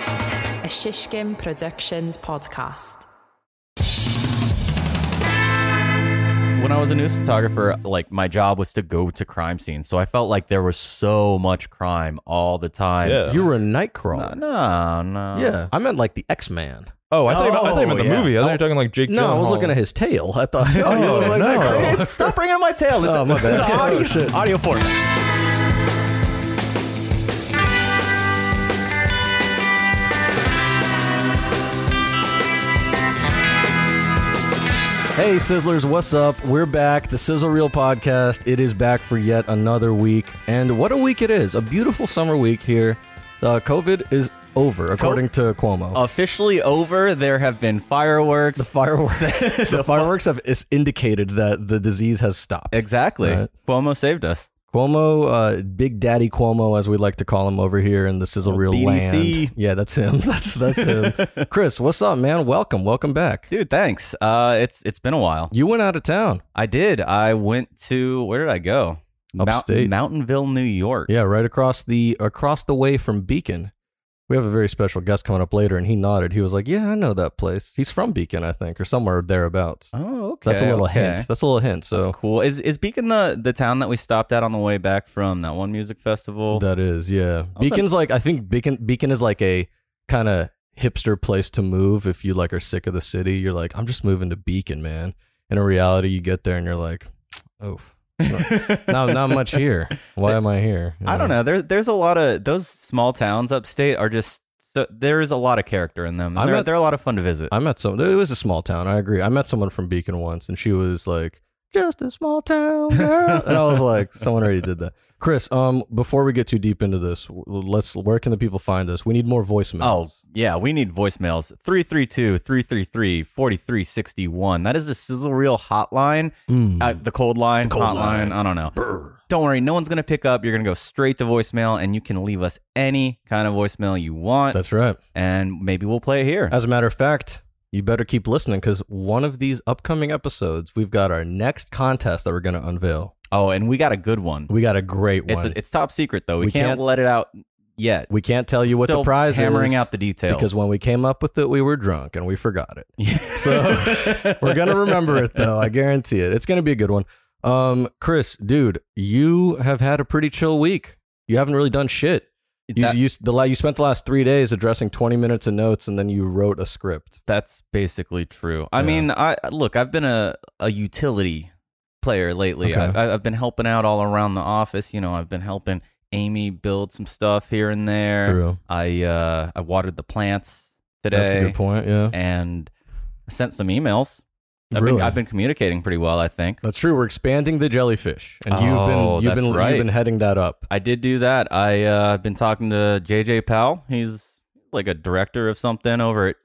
a Shishkin Productions podcast. When I was a news photographer, like my job was to go to crime scenes, so I felt like there was so much crime all the time. Yeah. You were a Nightcrawler. No, no. Yeah, I meant like the X Man. Oh, I thought, you meant- I thought you meant Oh, the yeah. movie. I thought you were talking like Jake. No, I was Gyllenhaal. looking at his tail. I thought, oh, you look like no. Nightcrawler. Hey, Stop bringing up my tail. This, Oh, my bad. this is audio, Oh, shit. audio form. Hey, Sizzlers, what's up? We're back. The Sizzle Reel podcast. It is back for yet another week. And what a week it is. A beautiful summer week here. Uh, COVID is over, according to Cuomo. Officially over. There have been fireworks. the fireworks, the fireworks have is indicated that the disease has stopped. exactly. Right. Cuomo saved us. Cuomo, uh, Big Daddy Cuomo, as we like to call him over here in the Sizzle Reel BDC. land. Yeah, that's him. That's, that's him. Chris, what's up, man? Welcome. Welcome back. Dude, thanks. Uh, it's it's been a while. You went out of town. I did. I went to where did I go? Mount- Upstate. Mountainville, New York. Yeah, right across the across the way from Beacon. We have a very special guest coming up later, and he nodded. He was like, "Yeah, I know that place. He's from Beacon, I think, or somewhere thereabouts." Oh, okay. That's a little okay. hint. That's a little hint. So That's cool. Is is Beacon the the town that we stopped at on the way back from that one music festival? that is, yeah. Also- Beacon's like, I think Beacon Beacon is like a kind of hipster place to move if you like are sick of the city. You're like, I'm just moving to Beacon, man. And in reality, you get there and you're like, oh, not not much here. Why am I here? You I don't know. There's there's a lot of those small towns upstate are just so, there is a lot of character in them. I'm And They're, not- they're a lot of fun to visit. I met someone. It was a small town. I agree. I met someone from Beacon once, and she was like, "Just a small town girl," and I was like, "Someone already did that." Chris, um, before we get too deep into this, w- let's. Where can the people find us? We need more Oh, voicemails. yeah, we need voicemails. 332-333-4361. That is the sizzle reel hotline. Mm. Uh, the cold line, cold hotline, line. I don't know. Don't worry, no one's going to pick up. You're going to go straight to voicemail and you can leave us any kind of voicemail you want That's right. and maybe we'll play it here. As a matter of fact, you better keep listening because one of these upcoming episodes, we've got our next contest that we're going to unveil. Oh, and we got a good one. We got a great It's one. it's top secret though. We, We can't, can't- let it out yet. we can't tell you what Still the prize hammering is out the details because when we came up with it, we were drunk and we forgot it. so We're gonna remember it though. I guarantee it. It's gonna be a good one. Um, Chris, dude, you have had a pretty chill week. You haven't really done shit. You That- you the la- you spent the last three days addressing twenty minutes of notes, and then you wrote a script. that's basically true. I Yeah. mean, I look, I've been a a utility player lately. Okay. I, I- I've been helping out all around the office. You know, I've been helping Amy build some stuff here and there. True. I uh I watered the plants today. That's a good point. Yeah, And I sent some emails. I've Really? been I've been communicating pretty well. I think. that's true. We're expanding the jellyfish, and you've Oh, been you've that's been right. you've been heading that up. I did do that. I uh, I've been talking to JJ Powell. He's like a director of something over at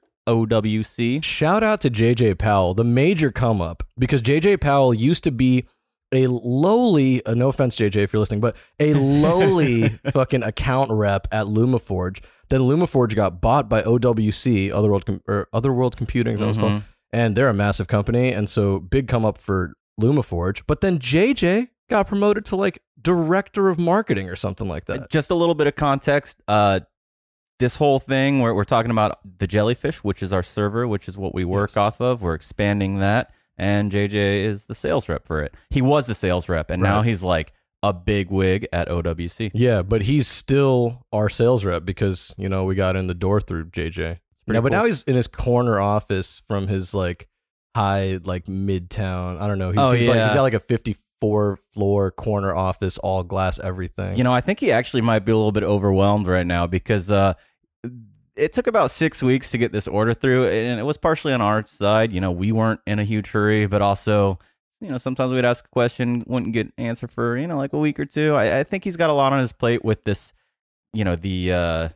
OWC. Shout out to JJ Powell, the major come up, because JJ Powell used to be a lowly, uh, no offense, JJ, if you're listening, but a lowly fucking account rep at LumaForge. Then LumaForge got bought by OWC, Otherworld, Com- or Otherworld Computing, is that what it's called. Mm-hmm. And they're a massive company. And so big come up for LumaForge. But then JJ got promoted to like director of marketing or something like that. Just a little bit of context. Uh, this whole thing where we're talking about the jellyfish, which is our server, which is what we work off of. We're expanding that, and JJ is the sales rep for it. He was the sales rep, and now Right. he's like a big wig at OWC. Yeah, but he's still our sales rep because you know we got in the door through JJ. pretty Now, but cool. now he's in his corner office from his like high like midtown. I don't know. He's, Oh, he's like, he's yeah. got like a fifty-four floor corner office, all glass, everything. You know, I think he actually might be a little bit overwhelmed right now because uh, it took about six weeks to get this order through, and it was partially on our side. You know, we weren't in a huge hurry, but also, you know, sometimes we'd ask a question, wouldn't get an answer for you know like a week or two. I, I think he's got a lot on his plate with this, you know, the uh,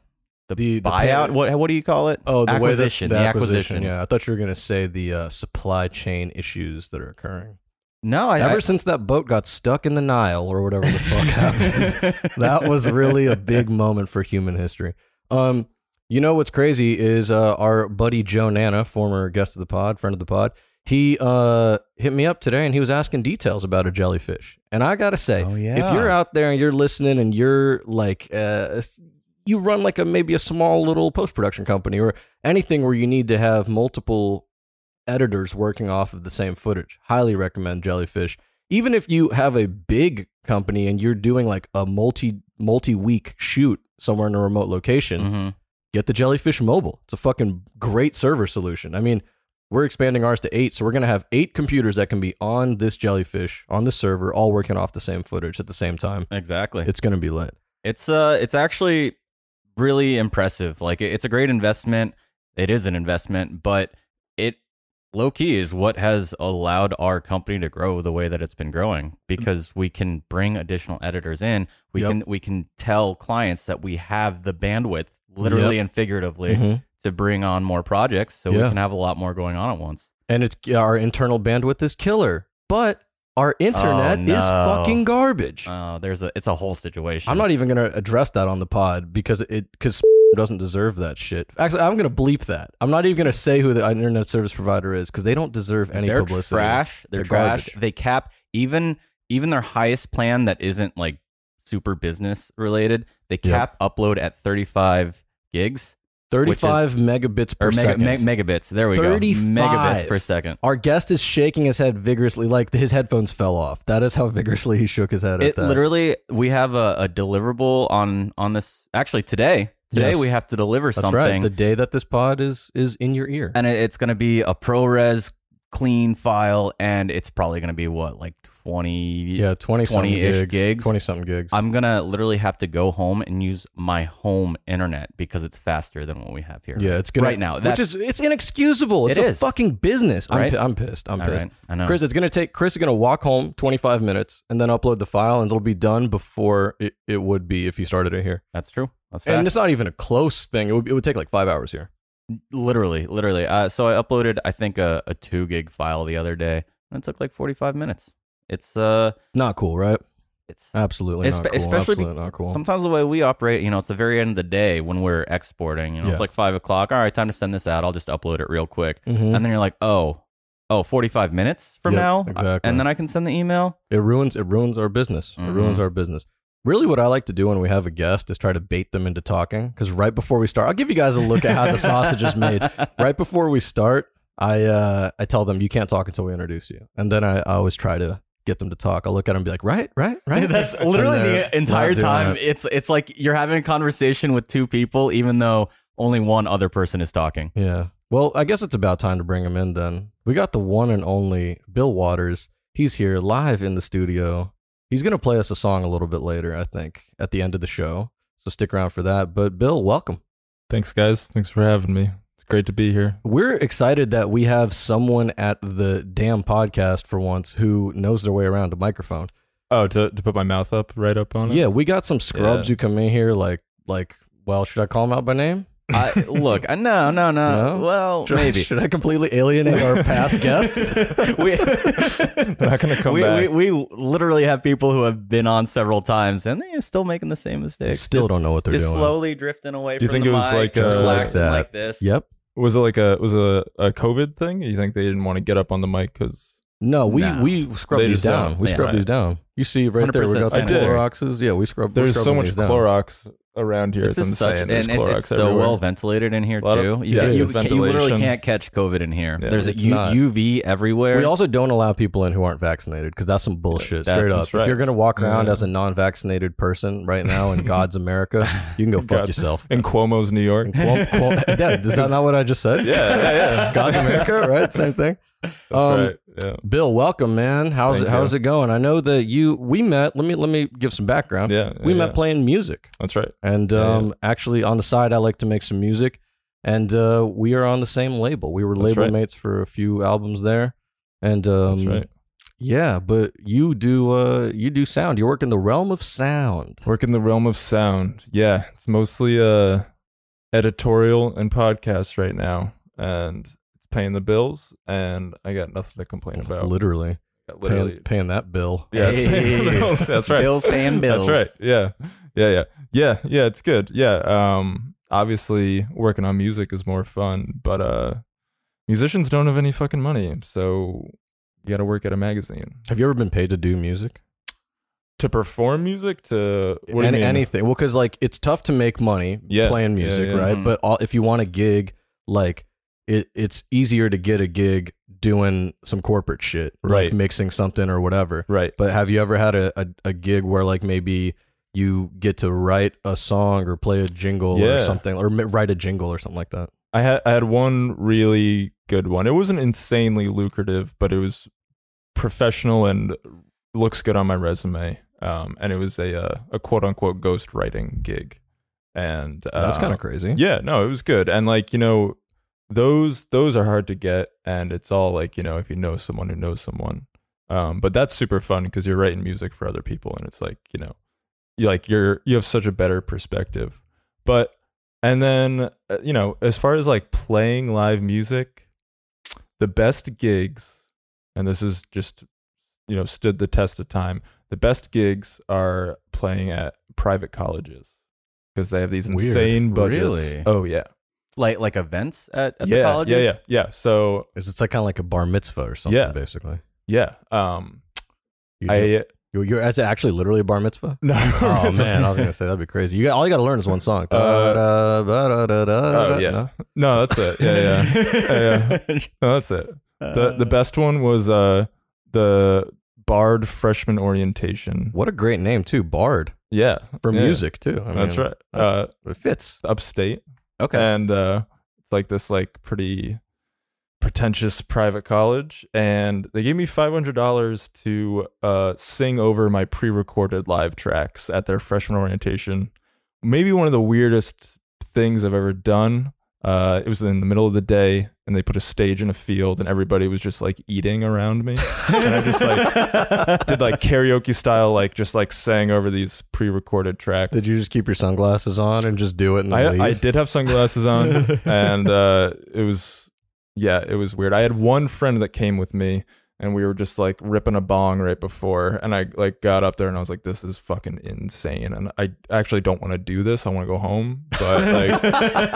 the, The- the buyout. pay- what what do you call it? oh, the way that- acquisition. the the acquisition. acquisition. Yeah, I thought you were gonna say the uh, supply chain issues that are occurring. No, I, Ever I- since that boat got stuck in the Nile or whatever the fuck happened, that was really a big moment for human history. Um, you know what's crazy is uh, our buddy Joe Nana, former guest of the pod, friend of the pod, he uh, hit me up today and he was asking details about a jellyfish. And I gotta say, Oh, yeah. if you're out there and you're listening and you're like, uh, s- you run like a maybe a small little post production company or anything where you need to have multiple editors working off of the same footage. Highly recommend Jellyfish. Even if you have a big company and you're doing like a multi multi week shoot somewhere in a remote location, Mhm. get the Jellyfish Mobile. It's a fucking great server solution. I mean, we're expanding ours to eight, so we're gonna have eight computers that can be on this Jellyfish on the server, all working off the same footage at the same time. Exactly. It's gonna be lit. It's uh it's actually really impressive. Like it- it's a great investment. It is an investment, but it low key is what has allowed our company to grow the way that it's been growing because we can bring additional editors in. We Mm. Yep. can we can tell clients that we have the bandwidth literally and figuratively Mhm. to bring on more projects so we Yeah. can have a lot more going on at once. and it's our internal bandwidth is killer, but our internet Oh, is no. fucking garbage. Uh there's a it's a whole situation. I'm not even gonna address that on the pod because it because doesn't deserve that shit. Actually, I'm gonna bleep that. I'm not even gonna say who the internet service provider is because they don't deserve any they're publicity. trash. They're, They're trash. garbage. They cap even even their highest plan that isn't like super business related. They Yeah. cap upload at 35 gigs 35 megabits per or mega, second. me- megabits. There we go. 35. Megabits per second. Our guest is shaking his head vigorously, like his headphones fell off. That is how vigorously he shook his head at It that. literally we have a, a deliverable on on this actually today. Today Yes. we have to deliver That's something. right. The day that this pod is is in your ear. and it- it's going to be a ProRes clean file and it's probably going to be what like 20 yeah, 20 something 20-ish gigs, gigs. 20 something gigs. I'm gonna literally have to go home and use my home internet because it's faster than what we have here. Yeah, it's gonna right now. which That's, is it's inexcusable. It's It a is. fucking business. I'm, Right? pi- I'm pissed. I'm All pissed. right, I know. Chris, it's gonna take. Chris is gonna walk home 25 minutes and then upload the file, and it'll be done before it, it would be if you started it here. that's true. That's And fact. it's not even a close thing. It would, it would take like five hours here. literally, literally. Uh, so I uploaded, I think, a, a two gig file the other day, and it took like 45 minutes. It's uh, Not cool, right? it's Absolutely Espe- not cool. especially Absolutely be- not cool. sometimes the way we operate, you know, it's the very end of the day when we're exporting. You know, Yeah. it's like five o'clock. All right, time to send this out. I'll just upload it real quick, Mhm. and then you're like, oh, oh, 45 minutes from Yep, now, exactly. and then I can send the email. It ruins it ruins our business. It ruins Mhm. our business. Really, what I like to do when we have a guest is try to bait them into talking. Because right before we start, I'll give you guys a look at how the sausage is made. Right before we start, I uh, I tell them you can't talk until we introduce you, and then I, I always try to get them to talk. I will look at them and be like, right, right, right. That's literally And they're the entire not doing time. it. It's it's like you're having a conversation with two people, even though only one other person is talking. Yeah. Well, I guess it's about time to bring him in. Then we got the one and only Bill Waters. He's here live in the studio. He's gonna play us a song a little bit later, I think, at the end of the show. So stick around for that. But Bill, welcome. Thanks, guys. Thanks for having me. It's great to be here. We're excited that we have someone at the damn podcast for once who knows their way around a microphone. Oh, to, to put my mouth up, right up on it? Yeah, we got some scrubs who come in here like like well, should I call them out by name? I, look, I, no, no, no. No? Well, Should I- maybe should I completely alienate our past guests? we, They're not going to come we, back. we we literally have people who have been on several times and they're still making the same mistakes. Still just, don't know what they're just doing. slowly drifting away. Do you from think the it was mic, like, just uh, relaxing that? like this? Yep. was it like a was it a, a COVID thing? You think they didn't want to get up on the mic because No, we No. we scrub They these just down. don't. We Yeah. scrub these down. You see right there, we 100% got the sanitary. Cloroxes. Yeah, we scrub. we're there's so scrubbing much these down. Clorox around here? This It's is such, insane. and There's it's, Clorox it's so everywhere. well ventilated in here too. Lot of- you, yeah, can- you, it's can- you literally ventilation. can't catch COVID in here. Yeah, There's a it's U, not. UV everywhere. We also don't allow people in who aren't vaccinated because that's some bullshit. That's Straight up, right. if you're gonna walk around Yeah. as a non-vaccinated person right now in God's America, you can go fuck God. yourself. in Cuomo's New York. Quote, quote, yeah, is that not what I just said? yeah, yeah, yeah. God's America, right? Same thing. That's Um, right. Yeah. Bill, welcome, man. How's Thank it? you. How's it going? I know that you we met. Let me let me give some background. Yeah, we yeah, met yeah. playing music, That's right. and Yeah, yeah. um, actually on the side, I like to make some music, and uh, we are on the same label. We were That's label right. mates for a few albums there, and um, That's right. yeah, but you do uh, you do sound. You work in the realm of sound. Work in the realm of sound. Yeah, it's mostly uh, editorial and podcast right now, and it's paying the bills. And I got nothing to complain about. Literally, Literally, Paying, paying that bill. Yeah, it's paying the Hey. bills. That's right. Bills paying bills. That's right. Yeah. Yeah, yeah. Yeah, yeah, it's good. Yeah. Um obviously working on music is more fun, but uh musicians don't have any fucking money. So you got to work at a magazine. Have you ever been paid to do music? to perform music to what do you Any, mean? anything. Well, because like it's tough to make money Yeah, playing yeah, music, yeah. right? Mhm. But all, if you want a gig, like it, it's easier to get a gig doing some corporate shit, Right. Like mixing something or whatever. Right. But have you ever had a, a, a gig where like maybe you get to write a song or play a jingle Yeah. or something, or m- write a jingle or something like that? I had I had one really good one. It wasn't insanely lucrative, but it was professional and looks good on my resume. Um, and it was a uh, a quote unquote ghost writing gig, and uh, That's kind of crazy. yeah, no, it was good. And like you know, those those are hard to get, and it's all like you know if you know someone who knows someone. Um, but that's super fun because you're writing music for other people, and it's like you know, you like you're you have such a better perspective. But and then uh, you know, as far as like playing live music, the best gigs, and this is just you know stood the test of time. The best gigs are playing at private colleges because they have these Weird. insane budgets. Really? Oh yeah, like like events at, at yeah, the colleges. yeah, yeah, yeah. So It's, it's like kind of like a bar mitzvah or something, Yeah. basically. yeah, um, You do- I uh, you're, you're it's actually literally a bar mitzvah. no. Oh man, I was gonna say that'd be crazy. You got all you got to learn is one song. Da-da, ba-da-da-da-da. Uh, Oh, yeah. No? no, that's it. Yeah, yeah, Yeah, no, that's it. the Uh. The best one was uh the Bard freshman orientation. What a great name too, Bard Yeah, for yeah, music too. I mean, That's right. that's- uh, It fits. upstate. Okay. And uh, it's like this like pretty pretentious private college, and they gave me five hundred dollars to uh, sing over my pre-recorded live tracks at their freshman orientation. Maybe one of the weirdest things I've ever done. Uh, it was in the middle of the day, and they put a stage in a field, and everybody was just like eating around me, and I just like did like karaoke style, like just like sang over these pre-recorded tracks. Did you just keep your sunglasses on and just do it and then leave? I, I did have sunglasses on, and uh, it was yeah, it was weird. I had one friend that came with me, and we were just like ripping a bong right before, and I like got up there and I was like, "This is fucking insane," and I actually don't want to do this. I want to go home, but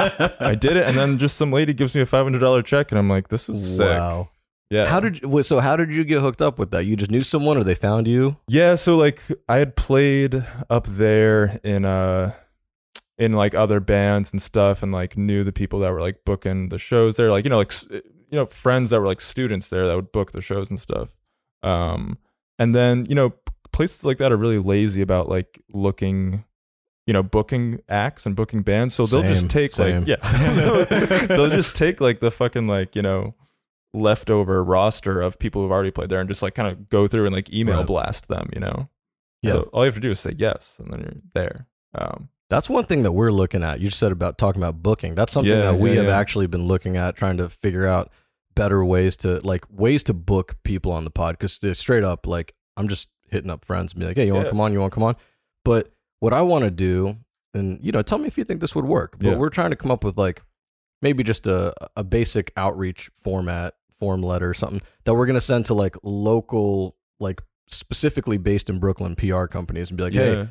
like I did it, and then just some lady gives me a five hundred dollar check, and I'm like, "This is sick." Wow. Yeah, How did you, wait, so? How did you get hooked up with that? You just knew someone, or they found you? Yeah, so like I had played up there in uh in like other bands and stuff and like knew the people that were like booking the shows there like you know like s- you know friends that were like students there that would book the shows and stuff. Um and then you know p- places like that are really lazy about like looking you know booking acts and booking bands so they'll Same, just take same. like yeah they'll just take like the fucking like you know leftover roster of people who've already played there and just like kind of go through and like email Right. blast them, you know? Yeah. So all you have to do is say yes and then you're there. Um, That's one thing that we're looking at. You said about talking about booking. That's something Yeah, that we yeah, have yeah. actually been looking at, trying to figure out better ways to like ways to book people on the pod. Because straight up, like I'm just hitting up friends and be like, "Hey, you want to Yeah. come on? You want to come on?" But what I want to do, and you know, tell me if you think this would work. But Yeah. we're trying to come up with like maybe just a a basic outreach format, form letter, or something that we're gonna send to like local, like specifically based in Brooklyn PR companies and be like, "Hey." yeah.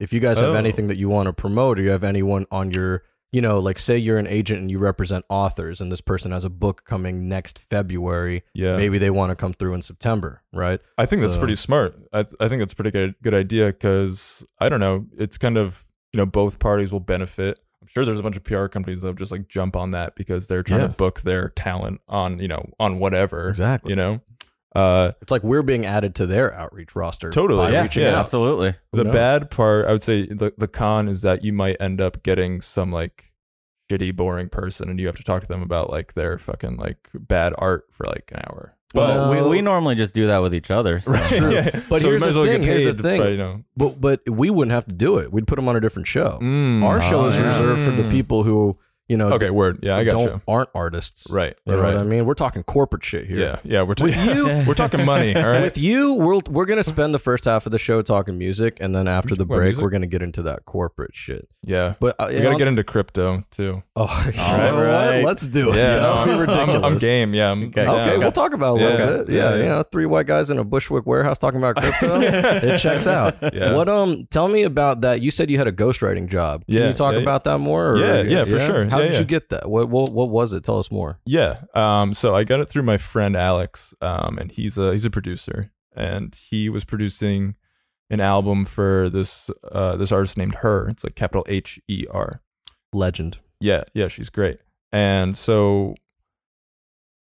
If you guys have Oh. anything that you want to promote, or you have anyone on your, you know, like say you're an agent and you represent authors, and this person has a book coming next February, Yeah. maybe they want to come through in September, right? I think that's So- pretty smart. I, th- I think that's a pretty good, good idea because I don't know. It's kind of, you know, both parties will benefit. I'm sure there's a bunch of PR companies that would just like jump on that because they're trying Yeah. to book their talent on, you know, on whatever, Exactly. you know? Uh, It's like we're being added to their outreach roster. Totally, by yeah, reaching yeah, out. absolutely. Who the knows? bad part, I would say, the, the con is that you might end up getting some like shitty, boring person, and you have to talk to them about like their fucking like bad art for like an hour. Well, Well- we, we normally just do that with each other. So. true. But so we here's might the as well get thing, here's paid, the thing. but, you know, But but we wouldn't have to do it. We'd put them on a different show. Mm. Our show Oh, is yeah. reserved for the Mm. people who, you know, Okay, word. Yeah, I got don't you. aren't artists. Right, You know right. what I mean? We're talking corporate shit here. Yeah, yeah. We're With talking. you- we're talking money. All right. With you, we're we're gonna spend the first half of the show talking music, and then after the Well, break, music. we're gonna get into that corporate shit. yeah. But uh, We gotta get into crypto too. Oh, you All know what? right. Let's do it. Yeah, no, That would I'm, be I'm- ridiculous. I'm game. Yeah, I'm Okay. Okay, down. we'll talk about it a little Yeah. bit. Yeah, Yeah. you know, three white guys in a Bushwick warehouse talking about crypto. it checks out. Yeah. What um? Tell me about that. You said you had a ghostwriting job. Can Yeah, you talk yeah. about that more? or- Yeah, yeah, for sure. How Yeah, did yeah. you get that? What, what what was it? Tell us more. Yeah. Um. So I got it through my friend Alex. Um. And he's a he's a producer, and he was producing, an album for this uh, this artist named Her. It's like capital H E R. Legend. Yeah, yeah, she's great. And so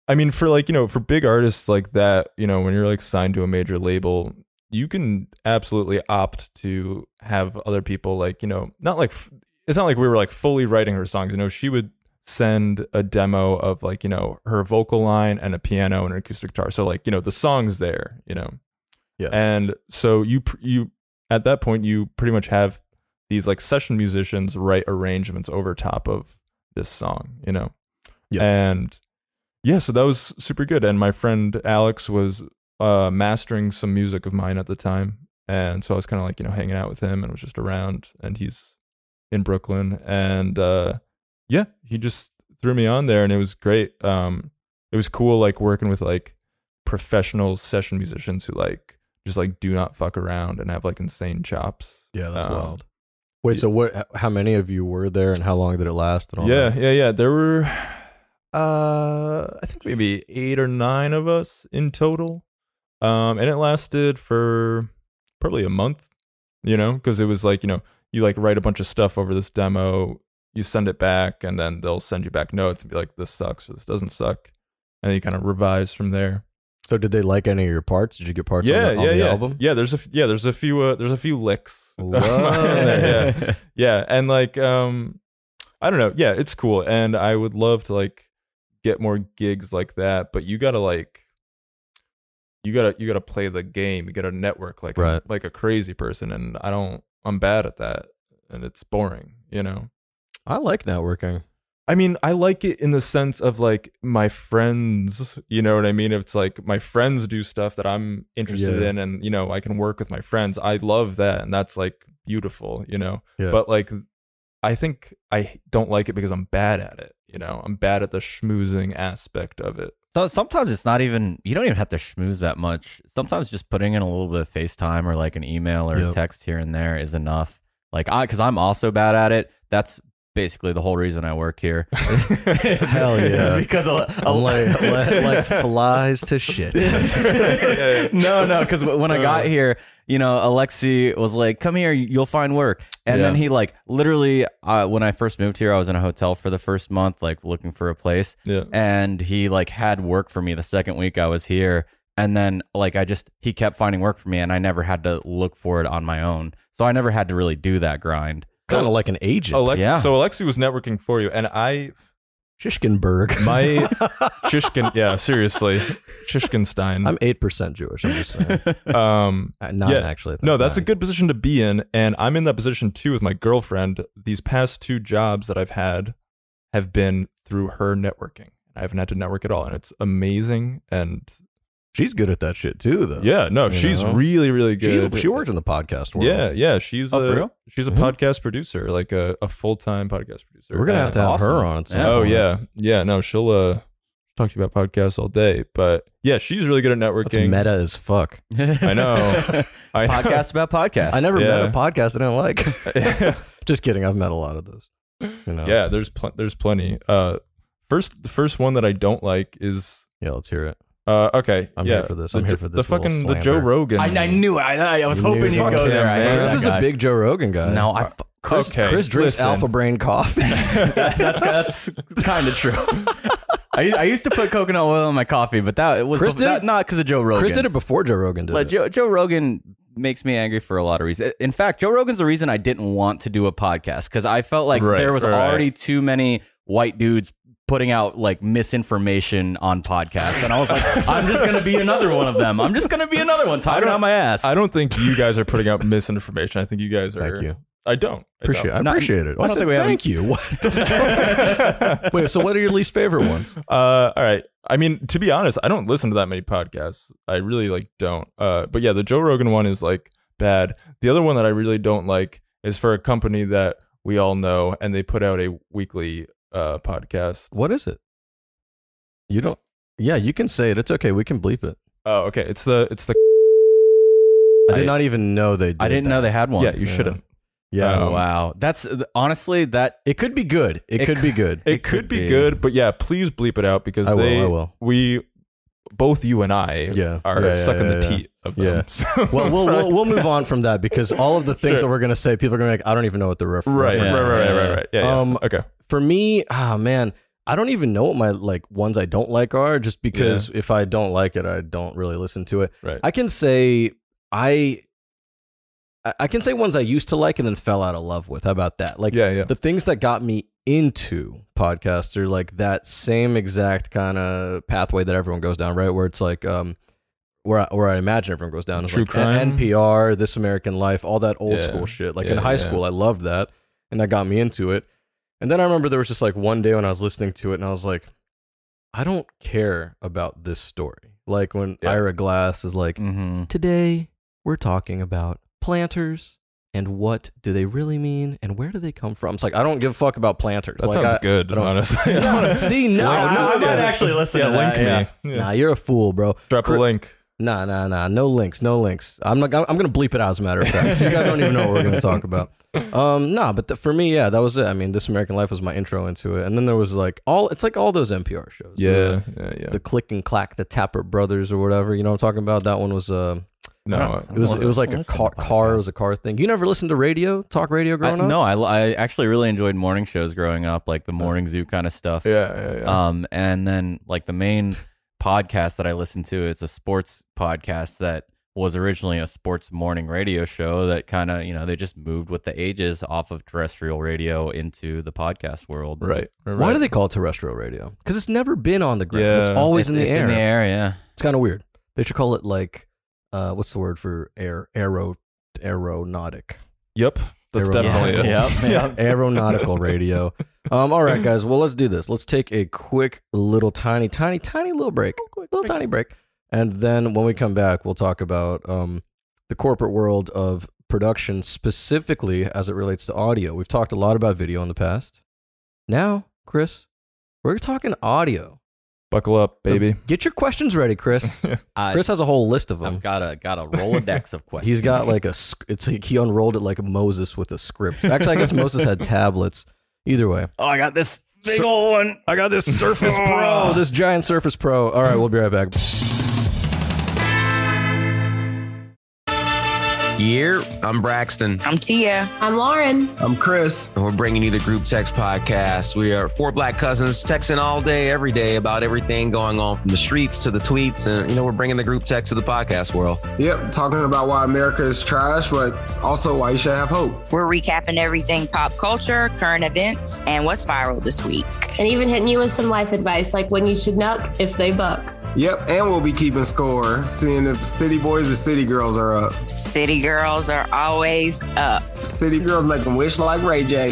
I mean for like, you know, for big artists like that, you know, when you're like signed to a major label, you can absolutely opt to have other people like, you know, not like f- it's not like we were like fully writing her songs. You know, she would send a demo of like, you know, her vocal line and a piano and an acoustic guitar. So like, you know, the song's there, you know. Yeah. And so you pr- you at that point you pretty much have these like session musicians write arrangements over top of this song, you know? Yeah. And yeah, so that was super good. And my friend Alex was uh, mastering some music of mine at the time. And so I was kind of like, you know, hanging out with him and was just around. And he's in Brooklyn. And uh, yeah, he just threw me on there and it was great. Um, it was cool, like working with like professional session musicians who like just like do not fuck around and have like insane chops. Yeah, that's Um, wild. Wait, so what? h- How many of you were there, and how long did it last? And all yeah that? yeah yeah there were uh i think maybe eight or nine of us in total um and it lasted for probably a month you know because it was like you know you like write a bunch of stuff over this demo you send it back and then they'll send you back notes and be like this sucks or this doesn't suck and then you kind of revise from there So did they like any of your parts? Did you get parts yeah on the, on yeah the yeah album? yeah there's a f- yeah there's a few uh, there's a few licks Whoa. yeah yeah and like um i don't know yeah it's cool and i would love to like get more gigs like that but you gotta like you gotta you gotta play the game you gotta network like Right. a, like a crazy person and i don't i'm bad at that and it's boring you know I like networking. I mean, I like it in the sense of like my friends, you know what I mean? If it's like my friends do stuff that I'm interested Yeah. in and, you know, I can work with my friends. I love that. And that's like beautiful, you know? Yeah. But like, I think I don't like it because I'm bad at it, you know? I'm bad at the schmoozing aspect of it. So sometimes it's not even you don't even have to schmooze that much. Sometimes just putting in a little bit of FaceTime or like an email or Yep. a text here and there is enough. Like I cuz I'm also bad at it. That's basically the whole reason I work here. Hell yeah. It's because a, a, like, like, like flies to shit. yeah. no, no, because when I Uh. got here, you know, Alexi was like, "Come here, you'll find work." And then Yeah. he like literally, uh, when I first moved here, I was in a hotel for the first month, like looking for a place, Yeah. and he like had work for me the second week I was here, and then like I just he kept finding work for me, and I never had to look for it on my own, so I never had to really do that grind. kind of like an agent. Alex- yeah. So Alexi was networking for you, and I, Shishkinberg. my Shishkin, yeah, seriously, Shishkinstein. I'm eight percent Jewish. I'm just saying. um, Uh, Nine Mm. Yeah. actually. I think No, that's a nine. good position to be in, and I'm in that position too with my girlfriend. These past two jobs that I've had have been through her networking. I haven't had to network at all, and it's amazing. And She's good at that shit too, though. yeah, no, Uh, You she's know? really, really She, good. she works in the podcast world. Yeah, yeah, she's Oh, a for real? she's a Mhm. podcast producer, like a, a full time podcast producer. We're gonna have And- to have Awesome. her on. at some Yeah. Oh point. yeah, yeah. No, she'll uh talk to you about podcasts all day, but yeah, she's really good at That's networking. meta as fuck. I know. I know. podcast about podcasts. I never met Yeah. a podcast I didn't like. Just kidding. I've met a lot of those. You know. Yeah, there's pl- there's plenty. Uh, first the first one that I don't like is Yeah. Let's hear it. uh okay. I'm yeah, here for this. The, I'm here Jo- for The this little fucking the Joe slander. Rogan. I, I knew it. I, I was You hoping knew you'd it. go Fuck there. him, I man. hate Chris that is a guy. big Joe Rogan guy. No, I. F- Chris, Okay, Chris drinks listen. Alpha Brain coffee. that's that's kind of true. I, I used to put coconut oil in my coffee, but that it was Chris but did that, it? not because of Joe Rogan. Chris did it before Joe Rogan did But it. Joe, Joe Rogan makes me angry for a lot of reasons. In fact, Joe Rogan's the reason I didn't want to do a podcast because I felt like Right, there was right, right. already too many white dudes putting out like misinformation on podcasts, and I was like, I'm just gonna be another one of them. I'm just gonna be another one talking don't- out my ass. I don't think you guys are putting out misinformation. I think you guys are. Thank you. I don't. I Appreciate. I don't. Not- appreciate it. I don't said think we have- thank you. What the fuck? Wait. So what are your least favorite ones? Uh, all right. I mean, to be honest, I don't listen to that many podcasts. I really like don't. Uh, but yeah, the Joe Rogan one is like bad. The other one that I really don't like is for a company that we all know, and they put out a weekly uh podcast. What is it? You don't. Yeah, you can say it. It's okay. We can bleep it. Oh, okay. It's the it's the I did I- not even know they. did I didn't that. know they had one. Oh, yeah. You Yeah. shouldn't. Yeah. Um, wow, that's honestly that it could be good. It, It could be good. It, could, be, good, but yeah, please bleep it out because I will. they I will. we both you and I Yeah. are Yeah, yeah, sucking yeah, the yeah. teat of them. Yeah. So, Well, we'll, we'll, we'll move on from that because all of the things that we're going to say, people are going to be like, I don't even know what the reference right, Yeah. right, right, right, Yeah. right, right. Yeah, yeah. Um, okay. for me, ah man, I don't even know what my like ones I don't like are just because if I don't like it, I don't really listen to it. Right. I can say I I- I can say ones I used to like and then fell out of love with. How about that? Like yeah, yeah. the things that got me into podcasts are like that same exact kind of pathway that everyone goes down, right? Where it's like um where I, where I imagine everyone goes down is True like crime? NPR, This American Life, all that old Yeah. school shit. Like in Yeah, high yeah. school, I loved that, and that got me into it. And then I remember there was just like one day when I was listening to it, and I was like, I don't care about this story. Like when Yeah. Ira Glass is like, Mm-hmm. Today, we're talking about planters and what do they really mean and where do they come from. It's like, I don't give a fuck about planters. That like, sounds I- good, I don't- honestly. No, see, no, Like, no, I might no. actually listen Yeah, to link that, me. Yeah. Nah, you're a fool, bro. Drop a Cri- link. Nah, nah, nah. No links, no links. I'm not. I'm gonna bleep it out as a matter of fact. So you guys don't even know what we're gonna talk about. Um, nah, but the, for me, yeah, that was it. I mean, This American Life was my intro into it, and then there was like all. It's like all those NPR shows. The, Yeah, yeah, yeah. the Click and Clack, the Tapper Brothers, or whatever. You know what I'm talking about? That one was uh, no, I don't- uh, I it was don't it was like a listen to car, car. It podcasts. was a car thing. You never listened to radio, talk radio I, growing up. no, I, I actually really enjoyed morning shows growing up, like the morning zoo kind of stuff. yeah, yeah, yeah. Um, and then like the main podcast that I listen to, it's a sports podcast that was originally a sports morning radio show that kind of you know they just moved with the ages off of terrestrial radio into the podcast world. right, right. Why right. do they call it terrestrial radio? Because it's never been on the ground. it's Yeah. always It's- in, the it's air. in the air. Yeah. It's kind of weird. They should call it like, uh, what's the word for air? Aero, aeronautic, Yep, that's Aero- definitely it. Yeah. Yep, yep. aeronautical radio. Um, all right, guys. Well, let's do this. Let's take a quick little tiny, tiny, tiny little break, little tiny break, and then when we come back, we'll talk about um, the corporate world of production, specifically as it relates to audio. We've talked a lot about video in the past. Now, Chris, we're talking audio. Buckle up, So baby. get your questions ready, Chris. I, Chris has a whole list of them. I've got a got a rolodex of questions. He's got like a. sc- It's like he unrolled it like Moses with a script. Actually, I guess Moses had tablets. Either way, oh, I got this big So- old one. I got this Surface Pro. This giant Surface Pro. All right, we'll be right back. Year, I'm Braxton, I'm Tia. I'm Lauren. I'm Chris. and we're bringing you the Group Text Podcast. We are four black cousins texting all day, every day about everything going on from the streets to the tweets. And, you know, we're bringing the group text to the podcast world. Yep, talking about why America is trash, but also why you should have hope. We're recapping everything pop culture, current events, and what's viral this week. And even hitting you with some life advice like when you should nuck if they buck. Yep, and we'll be keeping score, seeing if city boys or city girls are up. City girls are always up. City girls make them wish like Ray J.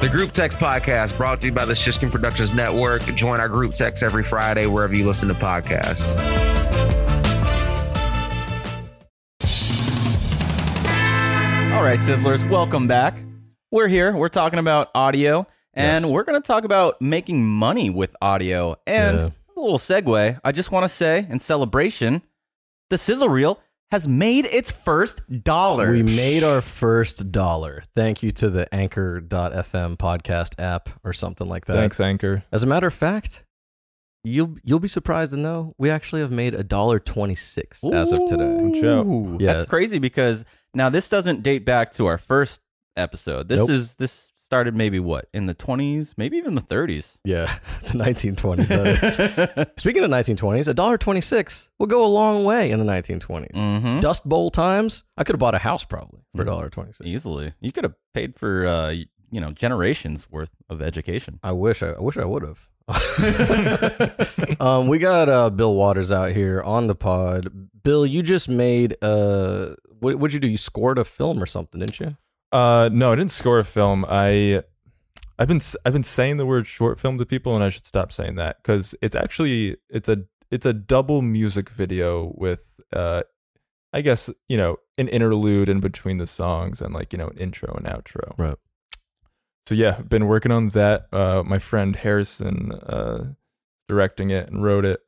The Group Text Podcast brought to you by the Shishkin Productions Network. Join our group text every Friday, wherever you listen to podcasts. All right, Sizzlers, welcome back. We're here. We're talking about audio, and Yes. we're going to talk about making money with audio. And Yeah. a little segue, I just want to say in celebration, the Sizzle Reel has made its first dollar. We made our first dollar. Thank you to the Anchor.fm podcast app or something like that. Thanks, Anchor. As a matter of fact, you'll you'll be surprised to know we actually have made a dollar twenty six as of today. Watch out. Ooh, Yeah. That's crazy because now this doesn't date back to our first episode. This Nope. is this started maybe what in the twenties, maybe even the thirties. Yeah, the nineteen twenties. That is. Speaking of nineteen twenties, a dollar twenty six will go a long way in the nineteen twenties. mm-hmm. Dust Bowl times, I could have bought a house probably for a dollar twenty six. Easily, you could have paid for uh, you know generations worth of education. I wish I, I wish I would have. um, we got uh, Bill Waters out here on the pod. Bill, you just made uh, what what'd you do? You scored a film or something, didn't you? Uh, no, I didn't score a film. I, I've been s- I've been saying the word short film to people, and I should stop saying that because it's actually it's a it's a double music video with uh, I guess you know an interlude in between the songs and like you know an intro and outro. Right. So yeah, been working on that. Uh, my friend Harrison uh, directing it and wrote it.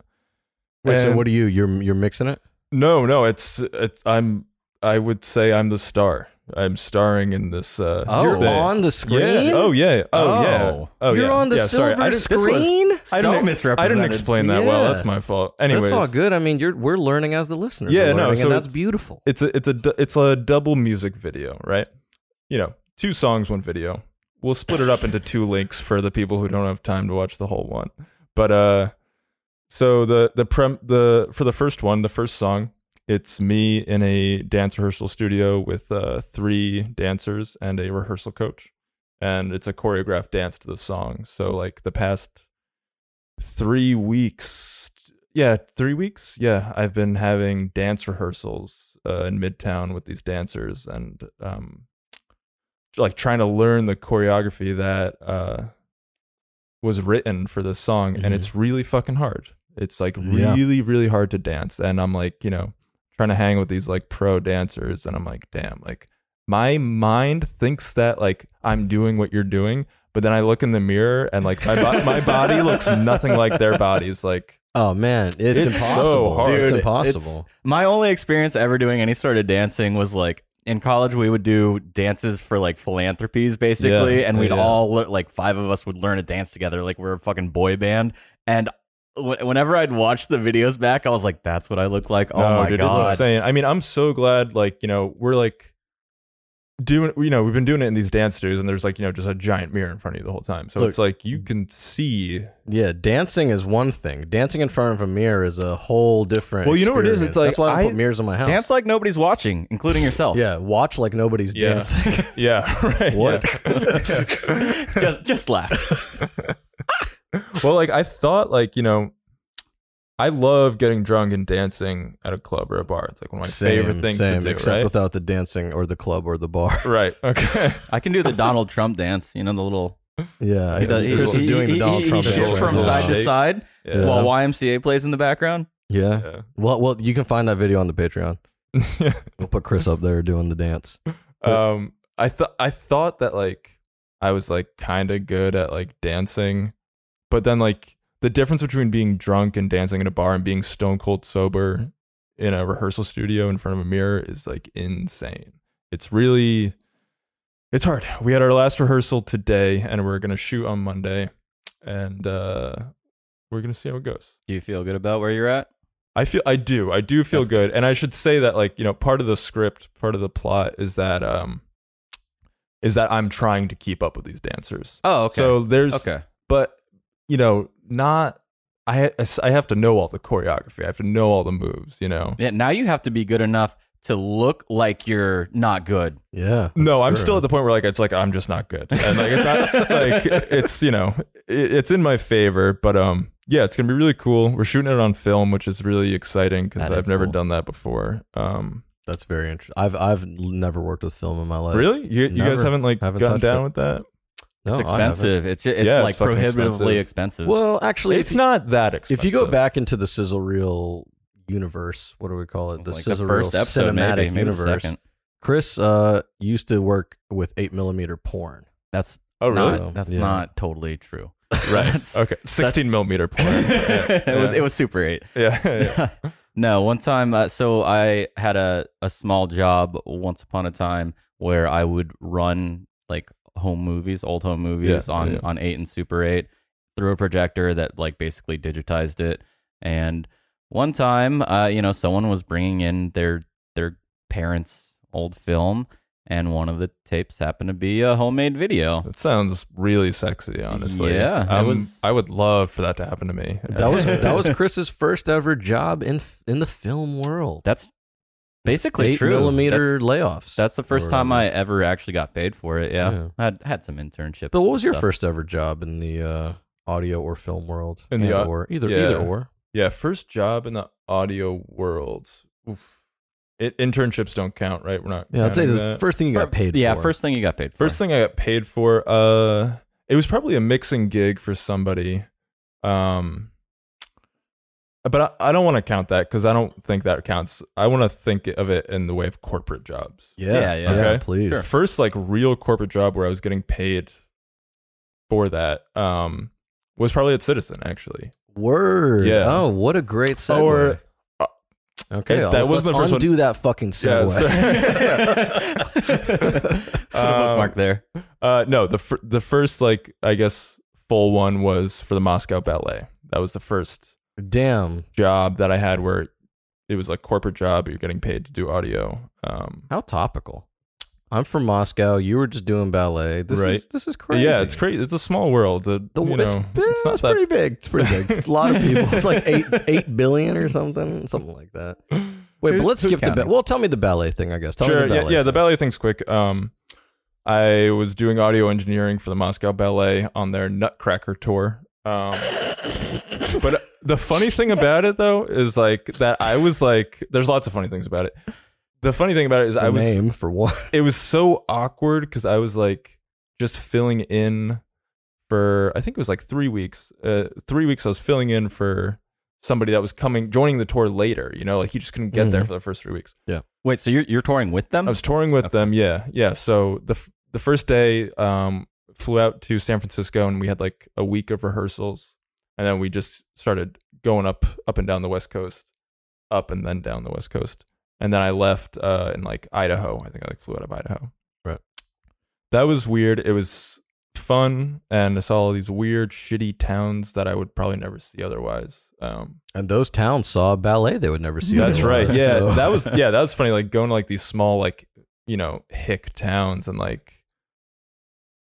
Wait, so And- what do you? You're you're mixing it? no, no, it's it's I'm I would say I'm the star. I'm starring in this. Uh, Oh. You're thing. on the screen. Yeah. Oh yeah. Oh, yeah. Oh. Oh You're yeah. on the yeah, silver sorry. I just, this was- screen. I So didn't, I misrepresented. didn't explain that well. Yeah. That's my fault. Anyways, That's all good. I mean, you're we're learning as the listeners. Yeah, are no, learning, so and that's it's- beautiful. It's a it's a du- it's a double music video, right? You know, two songs, one video. We'll split it up into two links for the people who don't have time to watch the whole one. But uh, so the the prem the for the first one, the first song, it's me in a dance rehearsal studio with uh, three dancers and a rehearsal coach, and it's a choreographed dance to the song. So like the past three weeks, yeah, three weeks, yeah, I've been having dance rehearsals uh, in Midtown with these dancers and um, like trying to learn the choreography that uh, was written for this song, and it's really fucking hard. It's like Yeah. really, really hard to dance, and I'm like, you know, trying to hang with these like pro dancers, and I'm like, damn, like my mind thinks that like I'm doing what you're doing, but then I look in the mirror and like my bo- my body looks nothing like their bodies. Like oh man, it's, It's so impossible. hard. It's Dude, impossible. my only experience ever doing any sort of dancing was like in college we would do dances for like philanthropies basically Yeah, and we'd yeah. all lear- like five of us would learn a dance together like we are a fucking boy band and wh- whenever i'd watch the videos back i was like that's what i look like oh no, my dude, it's god insane. I mean, I'm so glad. Like you know, we're like doing. You know, we've been doing it in these dance studios, and there's like you know just a giant mirror in front of you the whole time. So Look. Mm. it's like you can see. Yeah, dancing is one thing. Dancing in front of a mirror is a whole different. Well, you know what it is? It's experience. like, that's why I, don't I- put mirrors in my house. dance like nobody's watching including yourself yeah, watch like nobody's Yeah. dancing. Yeah. Right. What? yeah. just, just laugh well, like I thought, like you know, I love getting drunk and dancing at a club or a bar. It's like one of my favorite things same, to do. except right. without the dancing or the club or the bar. right. Okay. i can do the donald trump dance you know the little Yeah, he does- he- Chris he- is doing he- the Donald he- Trump. he shifts dance. from Yeah. side to side Yeah. while ymca plays in the background Yeah. Yeah. Well, well, you can find that video on the Patreon. We'll put Chris up there doing the dance. um i thought i thought that like i was like kind of good at like dancing but then like the difference between being drunk and dancing in a bar and being stone cold sober in a rehearsal studio in front of a mirror is like insane it's really it's hard we had our last rehearsal today and we're gonna shoot on monday and uh we're gonna see how it goes do you feel good about where you're at I feel I do. I do feel That's good. And I should say that like, you know, part of the script, part of the plot is that um is that I'm trying to keep up with these dancers. oh okay So there's okay but you know, not I I have to know all the choreography. I have to know all the moves, you know. Yeah, now you have to be good enough to look like you're not good. Yeah. no, that's I'm true. still at the point where like it's like I'm just not good. And like it's not like it's you know, it, it's in my favor, but um yeah, it's going to be really cool. We're shooting it on film, which is really exciting cuz That I've is never cool. done that before. Um That's very interesting. I've I've never worked with film in my life. really? You, you guys never. haven't like Haven't gotten touched down it. with that? No, It's Oh, I haven't. expensive. It's ju- it's Yeah, it's like fucking prohibitively expensive. Well, actually, It's if you- not that expensive. If you go back into the sizzle reel universe, what do we call it? The Like sizzle reel cinematic maybe, maybe the universe. second. Chris uh, used to work with eight millimeter porn. That's oh really? not, really? that's Yeah. not totally true. right. That's- Okay, that's- sixteen millimeter porn. yeah. it was it was super eight. yeah. yeah. no, one time, uh, so I had a, a small job once upon a time where I would run like home movies, old home movies Yeah, on, yeah. on 8 and Super 8 through a projector that like basically digitized it. And one time, uh, you know, someone was bringing in their, their parents' old film, and one of the tapes happened to be a homemade video. That sounds really sexy, honestly. Yeah, it Um, was- I would love for that to happen to me. That was that was Chris's first ever job in f- in the film world. That's basically eight true. millimeter That's- layoffs. That's the first or time I whatever. ever actually got paid for it. Yeah, Yeah. I had, had some internships. But what was your stuff. first ever job in the uh, audio or film world? In the And au- or either yeah. either or. yeah. First job in the audio world. Oof. It, internships don't count, right? We're not. Yeah, I'd say counting the that. first thing you got paid. Yeah, for. first thing you got paid for. First thing I got paid for, uh, it was probably a mixing gig for somebody. Um, but I, I don't want to count that because I don't think that counts. I want to think of it in the way of corporate jobs. Yeah, Yeah, yeah, yeah. Okay. please. First, like real corporate job where I was getting paid for that um, was probably at Citizen actually. Word. Yeah. Oh, what a great segue. Or- Okay, It- that let's- wasn't the let's first one. undo that fucking Yeah, segue. so- Put a bookmark there. Uh, no, the fir- the first like I guess full one was for the Moscow Ballet. That was the first Damn, job that I had where it was like corporate job. You're getting paid to do audio. Um, how topical. I'm from Moscow. You were just doing ballet. This is Right. this is crazy. yeah, it's crazy. It's a small world. The, The, you it's, know, eh, it's not it's that pretty big. It's pretty big. It's a lot of people. It's like eight eight billion or something, something like that. Wait, but let's Who's skip the ba- counting? well. Tell me the ballet thing, I guess. Tell sure. me the yeah, ballet. yeah. The thing. ballet thing's quick. Um, I was doing audio engineering for the Moscow Ballet on their Nutcracker tour. Um, but the funny thing about it though is like that I was like, there's lots of funny things about it. The funny thing about it is The I was name for one. it was so awkward because I was like just filling in for I think it was like three weeks. Uh, three weeks I was filling in for somebody that was coming joining the tour later. You know, like he just couldn't get there Mhm. for the first three weeks. Wait, so you're you're touring with them? I was touring with them. Yeah, yeah. So the f- the first day, um, flew out to San Francisco and we had like a week of rehearsals, and then we just started going up up and down the West Coast, up and then down the West Coast, and then I left uh, in like Idaho. I think I like flew out of Idaho. Right. That was weird. It was fun, and I saw all these weird, shitty towns that I would probably never see otherwise. Um, And those towns saw a ballet they would never see. that's otherwise, right. Yeah, so- that was yeah, that was funny. Like going to like these small like you know hick towns and like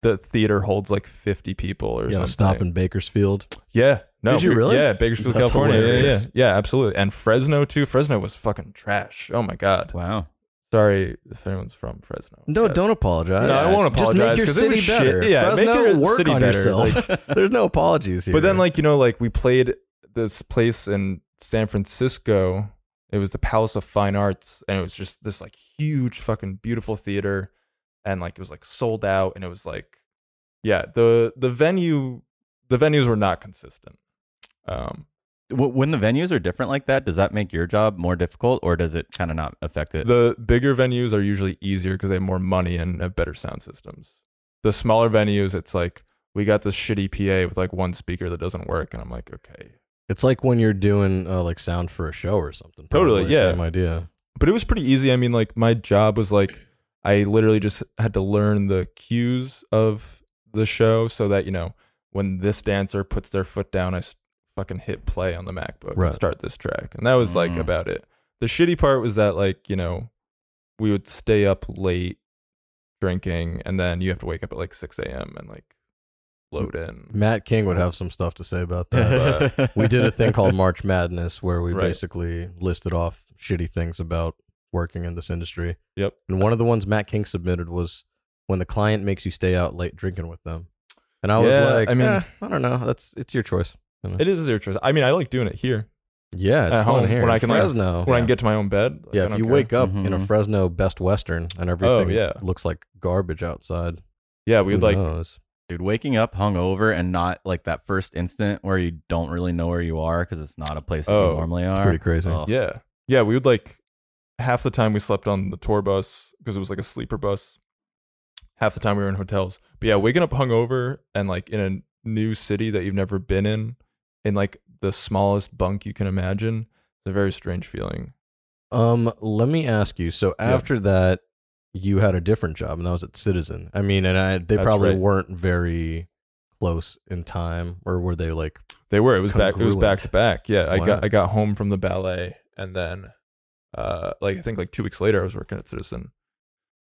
the theater holds like fifty people or You know, something. stop in Bakersfield. Yeah. No. Did you we- really? Yeah, Bakersfield, That's California. Yeah, yeah, yeah, hilarious. yeah, absolutely. And Fresno too. Fresno was fucking trash. Oh my god. wow. Sorry if anyone's from Fresno. No, Yes. don't apologize. No, I won't apologize Just 'cause it make your was city better. shit. Yeah, Fresno, make your work city on better. yourself. There's no apologies here. But then, like you know, like we played this place in San Francisco. It was the Palace of Fine Arts, and it was just this like huge, fucking beautiful theater, and like it was like sold out, and it was like, yeah, the the venue, the venues were not consistent. Um, W- when the venues are different like that, does that make your job more difficult, or does it kind of not affect it? the bigger venues are usually easier because they have more money and have better sound systems. The smaller venues, it's like we got this shitty PA with like one speaker that doesn't work, and I'm like, okay, it's like when you're doing uh, like sound for a show or something. Totally, Probably yeah. Same idea. but it was pretty easy. I mean, like my job was like I literally just had to learn the cues of the show so that you know when this dancer puts their foot down, I s- fucking hit play on the MacBook Right. and start this track, and that was like Mm. about it. The shitty part was that like you know we would stay up late drinking, and then you have to wake up at like six a.m. and like load in. Matt King would have some stuff to say about that. we did a thing called March Madness where we Right. basically listed off shitty things about working in this industry. Yep. And one of the ones Matt King submitted was when the client makes you stay out late drinking with them. And I was Yeah, like, I mean- "Eh, I don't know. That's it's your choice. You know? It is your choice. I mean, I like doing it here yeah, it's at fun home here. when I In can, like, Fresno. when I can get to my own bed. Like, I yeah, if don't you care. wake up in a Mhm. Fresno Best Western and everything Oh, yeah. looks like garbage outside, yeah, we'd who like knows? Dude, waking up hungover and not like that first instant where you don't really know where you are because it's not a place that Oh, you normally are. Oh. pretty crazy. Ugh. Yeah. Yeah, we would like half the time we slept on the tour bus because it was like a sleeper bus. Half the time we were in hotels. But yeah, waking up hungover and like in a new city that you've never been in, in like the smallest bunk you can imagine, it's a very strange feeling. Um, let me ask you. So after that, you had a different job, and that was at Citizen. I mean, and I they That's probably right. weren't very close in time, or were they like? They were. It was back. It was back Congruent. to back. Yeah, I Wow. got I got home from the ballet, and then, uh, like I think like two weeks later, I was working at Citizen.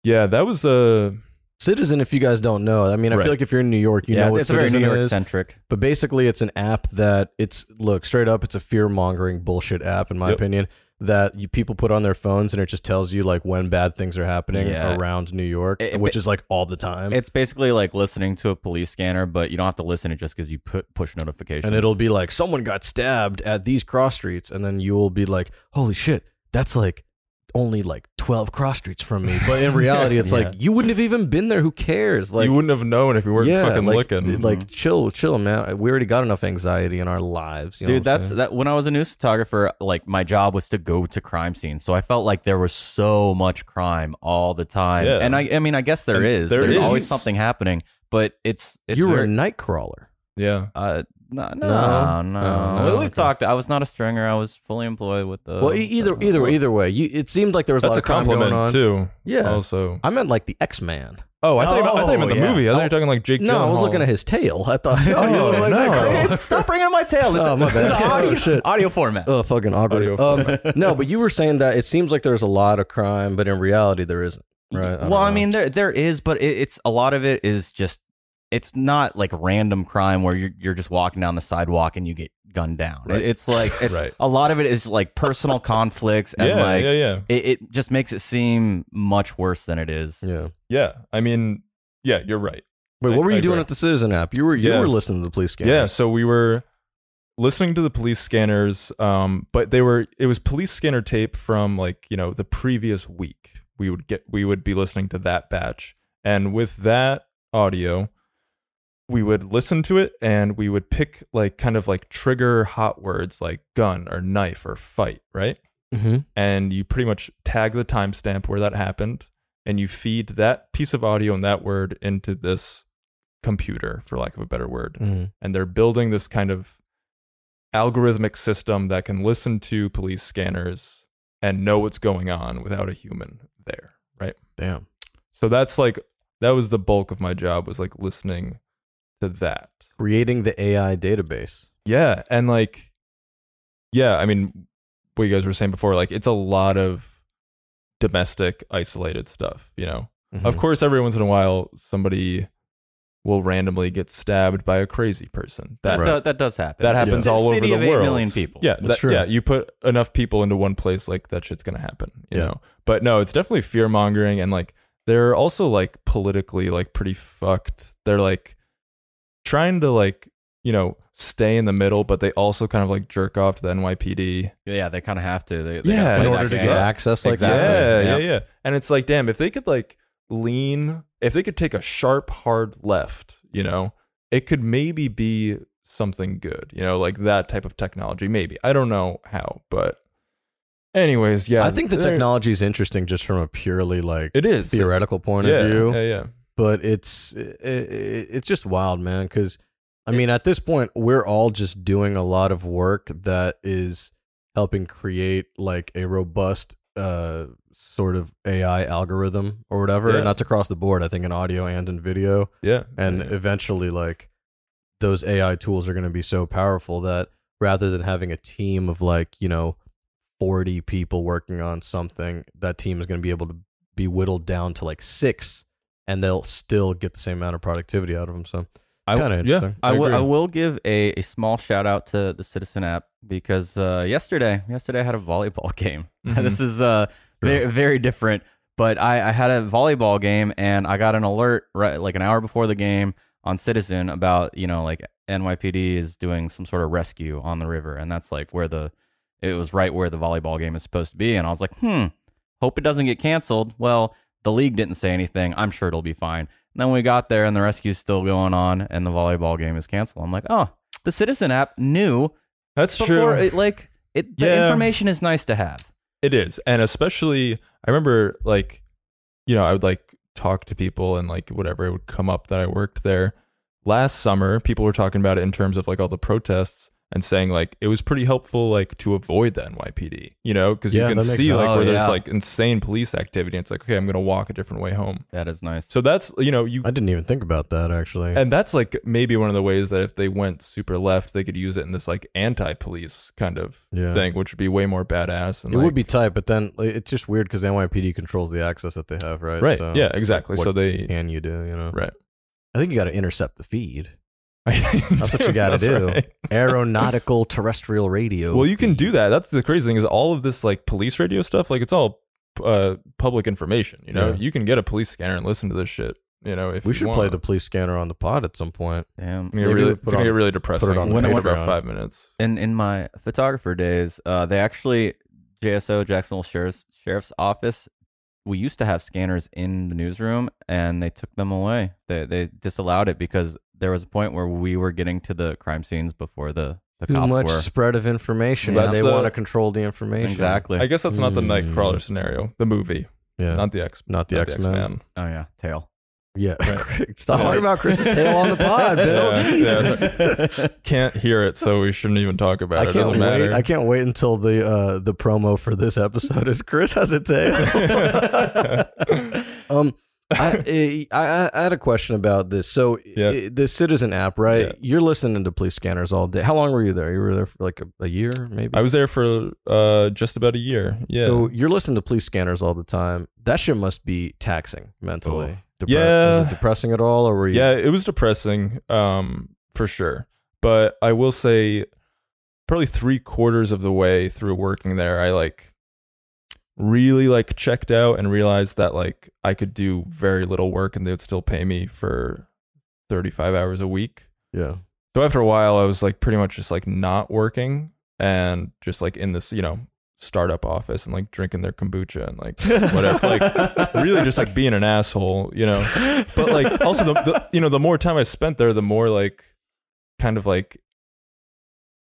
Yeah, that was uh, Citizen, if you guys don't know, I mean, I Right. feel like if you're in New York, you yeah, know what it's a very Citizen New York is. centric. But basically, it's an app that it's look straight up. It's a fear mongering bullshit app, in my Yep. opinion. That you people put on their phones, and it just tells you like when bad things are happening Yeah. around New York, It- it- which is like all the time. It's basically like listening to a police scanner, but you don't have to listen. It just gives you put push notifications. and it'll be like someone got stabbed at these cross streets and then you'll be like holy shit that's like only like 12 cross streets from me but in reality it's Yeah. like you wouldn't have even been there who cares like you wouldn't have known if you weren't yeah, fucking like, looking. like chill chill man we already got enough anxiety in our lives you know Dude, what I'm that's saying? that. When I was a news photographer, like my job was to go to crime scenes, so I felt like there was so much crime all the time. Yeah. And I, I mean, I guess there And is. there There's is. always something happening, but it's it's you were very- a night crawler Yeah. Uh, no, no, no. No? No, We- no, We've okay. talked. I was not a stringer. I was fully employed with the. well, e- either either way. either way, you, it seemed like there was a That's lot a of crime going on. compliment too. Yeah. Also. I meant like the X Man. Oh, I thought, you, meant- I thought you meant the Oh, yeah. movie. I thought you were talking like Jake. No, I was Gyllenhaal. looking at his tail. I thought. Oh, you look like that guy. Hey, Stop bringing up my tail. This, Oh, my this is bad. audio, Oh, shit. audio format. Oh, fucking awkward. Um, Audio no, but you were saying that it seems like there's a lot of crime, but in reality there isn't. Right. don't well, I know. mean, there there is, but it, it's a lot of it is just it's not like random crime where you're you're just walking down the sidewalk and you get gunned down. It- Right. it's like it's, Right. a lot of it is like personal conflicts and Yeah, like yeah, yeah, It, it just makes it seem much worse than it is. yeah. yeah. I mean, yeah, you're right. Wait, I- what were you I doing agree. at the Citizen app? You were you Yeah. were listening to the police scanner. Yeah, so we were listening to the police scanners, um, but they were it was police scanner tape from like you know the previous week. We would get we would be listening to that batch, and with that audio, we would listen to it and we would pick like kind of like trigger hot words like gun or knife or fight, right? Mm-hmm. and you pretty much tag the timestamp where that happened and you feed that piece of audio and that word into this computer for lack of a better word Mm-hmm. Mhm. and they're building this kind of algorithmic system that can listen to police scanners and know what's going on without a human there right Damn. so that's like that was the bulk of my job was like listening to that Creating the AI database. yeah, and like, yeah, I mean, what you guys were saying before, like, it's a lot of domestic, isolated stuff. You know, of course, every once in a while, somebody will randomly get stabbed by a crazy person. That, That Right. do- that does happen. that happens It's a all over city the of world. 8 million people. Yeah, That's that- true. yeah. You put enough people into one place, like that shit's gonna happen. You Yeah. know. But no, it's definitely fear mongering, and like they're also like politically like pretty fucked. They're like trying to like you know stay in the middle, but they also kind of like jerk off to the NYPD. yeah, they kind of have to. They, they Yeah, gotta in play order that to game. get access like Exactly. Yeah, that. yeah, yeah, And it's like, damn, if they could like lean, if they could take a sharp, hard left, you know, it could maybe be something good, you know, like that type of technology. Maybe I don't know how, but anyways, yeah, I think the they're- technology is interesting just from a purely like it is theoretical point yeah, of view. Yeah, yeah, but it's it, it, it's just wild, man. Because I mean, at this point, we're all just doing a lot of work that is helping create like a robust uh sort of AI algorithm or whatever. Yeah. And that's across the board. I think in audio and in video, yeah, and yeah. eventually, like those AI tools are going to be so powerful that rather than having a team of like you know forty people working on something, that team is going to be able to be whittled down to like six, and they'll still get the same amount of productivity out of them. So I- kind of yeah. interesting. I I will- I agree. will give a, a small shout out to the Citizen app because uh, yesterday yesterday I had a volleyball game. this is uh very, very different, but I, I had a volleyball game and I got an alert right like an hour before the game on Citizen about you know like NYPD is doing some sort of rescue on the river and that's like where the it was right where the volleyball game is supposed to be and I was like hmm hope it doesn't get canceled. Well, the league didn't say anything. I'm sure it'll be fine. And then we got there and the rescue's still going on and the volleyball game is canceled. I'm like, oh, the Citizen app knew that's before true. it like it the Yeah. information is nice to have. It is. And especially I remember like you know, I would like talk to people and like whatever it would come up that I worked there. Last summer, people were talking about it in terms of like all the protests and saying like it was pretty helpful like to avoid the NYPD, you know, cuz Yeah, you can that makes see sense. like Oh, where there's yeah. like insane police activity. And it's like, okay, I'm going to walk a different way home. That is nice. So that's, you know, you I didn't even think about that actually. and that's like maybe one of the ways that if they went super left, they could use it in this like anti-police kind of Yeah. thing, which would be way more badass. And it like- would be tight, but then like, it's just weird because NYPD controls the access that they have, right? right. So yeah, exactly. uh, what So they can you do? You know, Right. I think you got to intercept the feed. That's what you gotta do. right. aeronautical terrestrial radio. Well, you can feed. do that. That's the crazy thing is all of this like police radio stuff. Like it's all uh, public information. You know, Yeah. you can get a police scanner and listen to this shit. You know, if We you should want. play the police scanner on the pod at some point. Damn. It's gonna maybe get really, we put it's gonna on- get really depressing. on the in Patreon. about five minutes. in in my photographer days, uh, they actually JSO Jacksonville Sheriff's Sheriff's Office. We used to have scanners in the newsroom, and they took them away. They they disallowed it because there was a point where we were getting to the crime scenes before the the Too cops much were. spread of information. That's they the- want to control the information. Exactly. I guess that's not the Mm. Nightcrawler scenario, the movie, Yeah. not the X, Not the X-Men. X-Man. oh yeah, tail. Yeah. Right. Stop Yeah. talking about Chris's tail on the pod, Bill. Yeah, Jesus. Can't hear it, so we shouldn't even talk about I it. It can't doesn't matter. wait. I can't wait until the uh, the promo for this episode is Chris has a tail. um, I, I I I had a question about this. So Yeah. i- the Citizen app, right? Yeah. You're listening to police scanners all day. How long were you there? You were there for like a, a year, maybe. I was there for uh, just about a year. Yeah. So you're listening to police scanners all the time. That shit must be taxing mentally. Depre- Yeah. Was it depressing at all, or were you? yeah, it was depressing, um, for sure. But I will say, probably three quarters of the way through working there, I like really like checked out and realized that like I could do very little work and they would still pay me for thirty five hours a week. Yeah. So after a while, I was like pretty much just like not working and just like in this, you know, startup office and like drinking their kombucha and like whatever, like really just like being an asshole, you know. But like also the, the you know the more time I spent there, the more like kind of like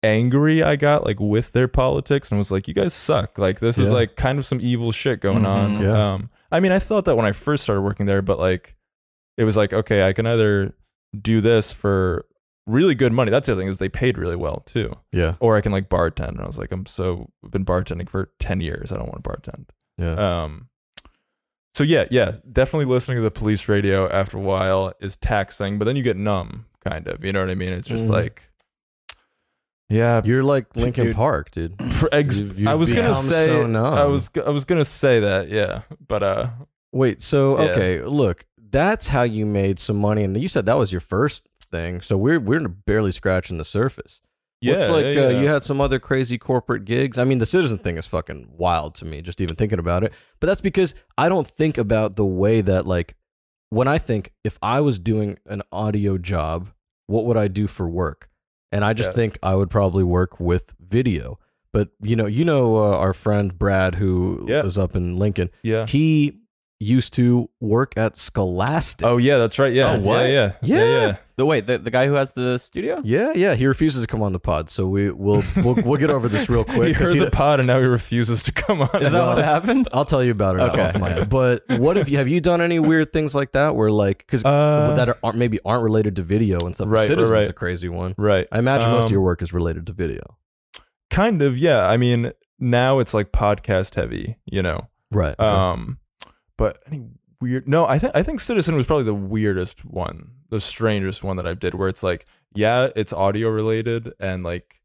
angry I got like with their politics and was like, you guys suck. Like this is Yeah. like kind of some evil shit going Mhm. on. Yeah. Um, I mean, I thought that when I first started working there, but like it was like okay, I can either do this for really good money. That's the other thing is they paid really well too. Yeah. Or I can like bartend. And I was like, I'm so I've been bartending for ten years. I don't want to bartend. Yeah. Um. So yeah, yeah, definitely listening to the police radio after a while is taxing, but then you get numb, kind of. You know what I mean? It's just Mhm. like, yeah. You're like Lincoln Dude. Park, dude. for ex- You've- you've I was gonna become say so numb. I was I was gonna say that, yeah, but uh, Wait, so Yeah. okay, look, that's how you made some money, and you said that was your first thing. So we're we're barely scratching the surface. yeah, What's like yeah, uh, yeah. you had some other crazy corporate gigs. I mean, the citizen thing is fucking wild to me, just even thinking about it. But that's because I don't think about the way that like when I think if I was doing an audio job, what would I do for work? And I just Yeah. think I would probably work with video. But you know, you know uh, our friend Brad who Yeah. was up in Lincoln yeah. he used to work at Scholastic. Oh yeah, that's right. Yeah, Oh, what? yeah, yeah, Yeah. yeah. The wait, the, the guy who has the studio? Yeah, yeah. He refuses to come on the pod, so we we'll we'll, we'll get over this real he quick. 'cause heard he the d- pod and now he refuses to come on. Is that what happened? I'll tell you about it okay. Okay. off mic. But what have you have you done any weird things like that where like because Uh, that aren't maybe aren't related to video and stuff? Right, right, Citizens right. a crazy one. right? I imagine most of Um, your work is related to video. kind of yeah. I mean, now it's like podcast heavy, you know. Right. Um, but any weird? No, I think I think Citizen was probably the weirdest one, the strangest one that I did, where it's like, yeah, it's audio related, and like,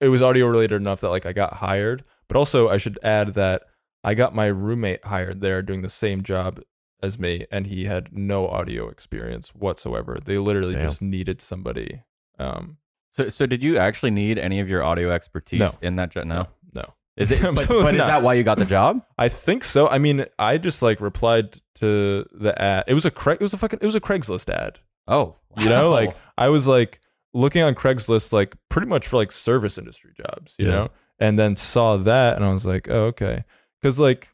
it was audio related enough that like I got hired, but also I should add that I got my roommate hired there doing the same job as me, and he had no audio experience whatsoever. They literally Damn. just needed somebody. Um, So, so did you actually need any of your audio expertise No. in that job? No. no. Is it? But, Absolutely but is not. that why you got the job? I think so. I mean, I just like replied to the ad. It was a Craig. It was a fucking. It was a Craigslist ad. Oh, You know, like I was like looking on Craigslist, like pretty much for like service industry jobs. You Yeah. know, and then saw that, and I was like, oh okay, because like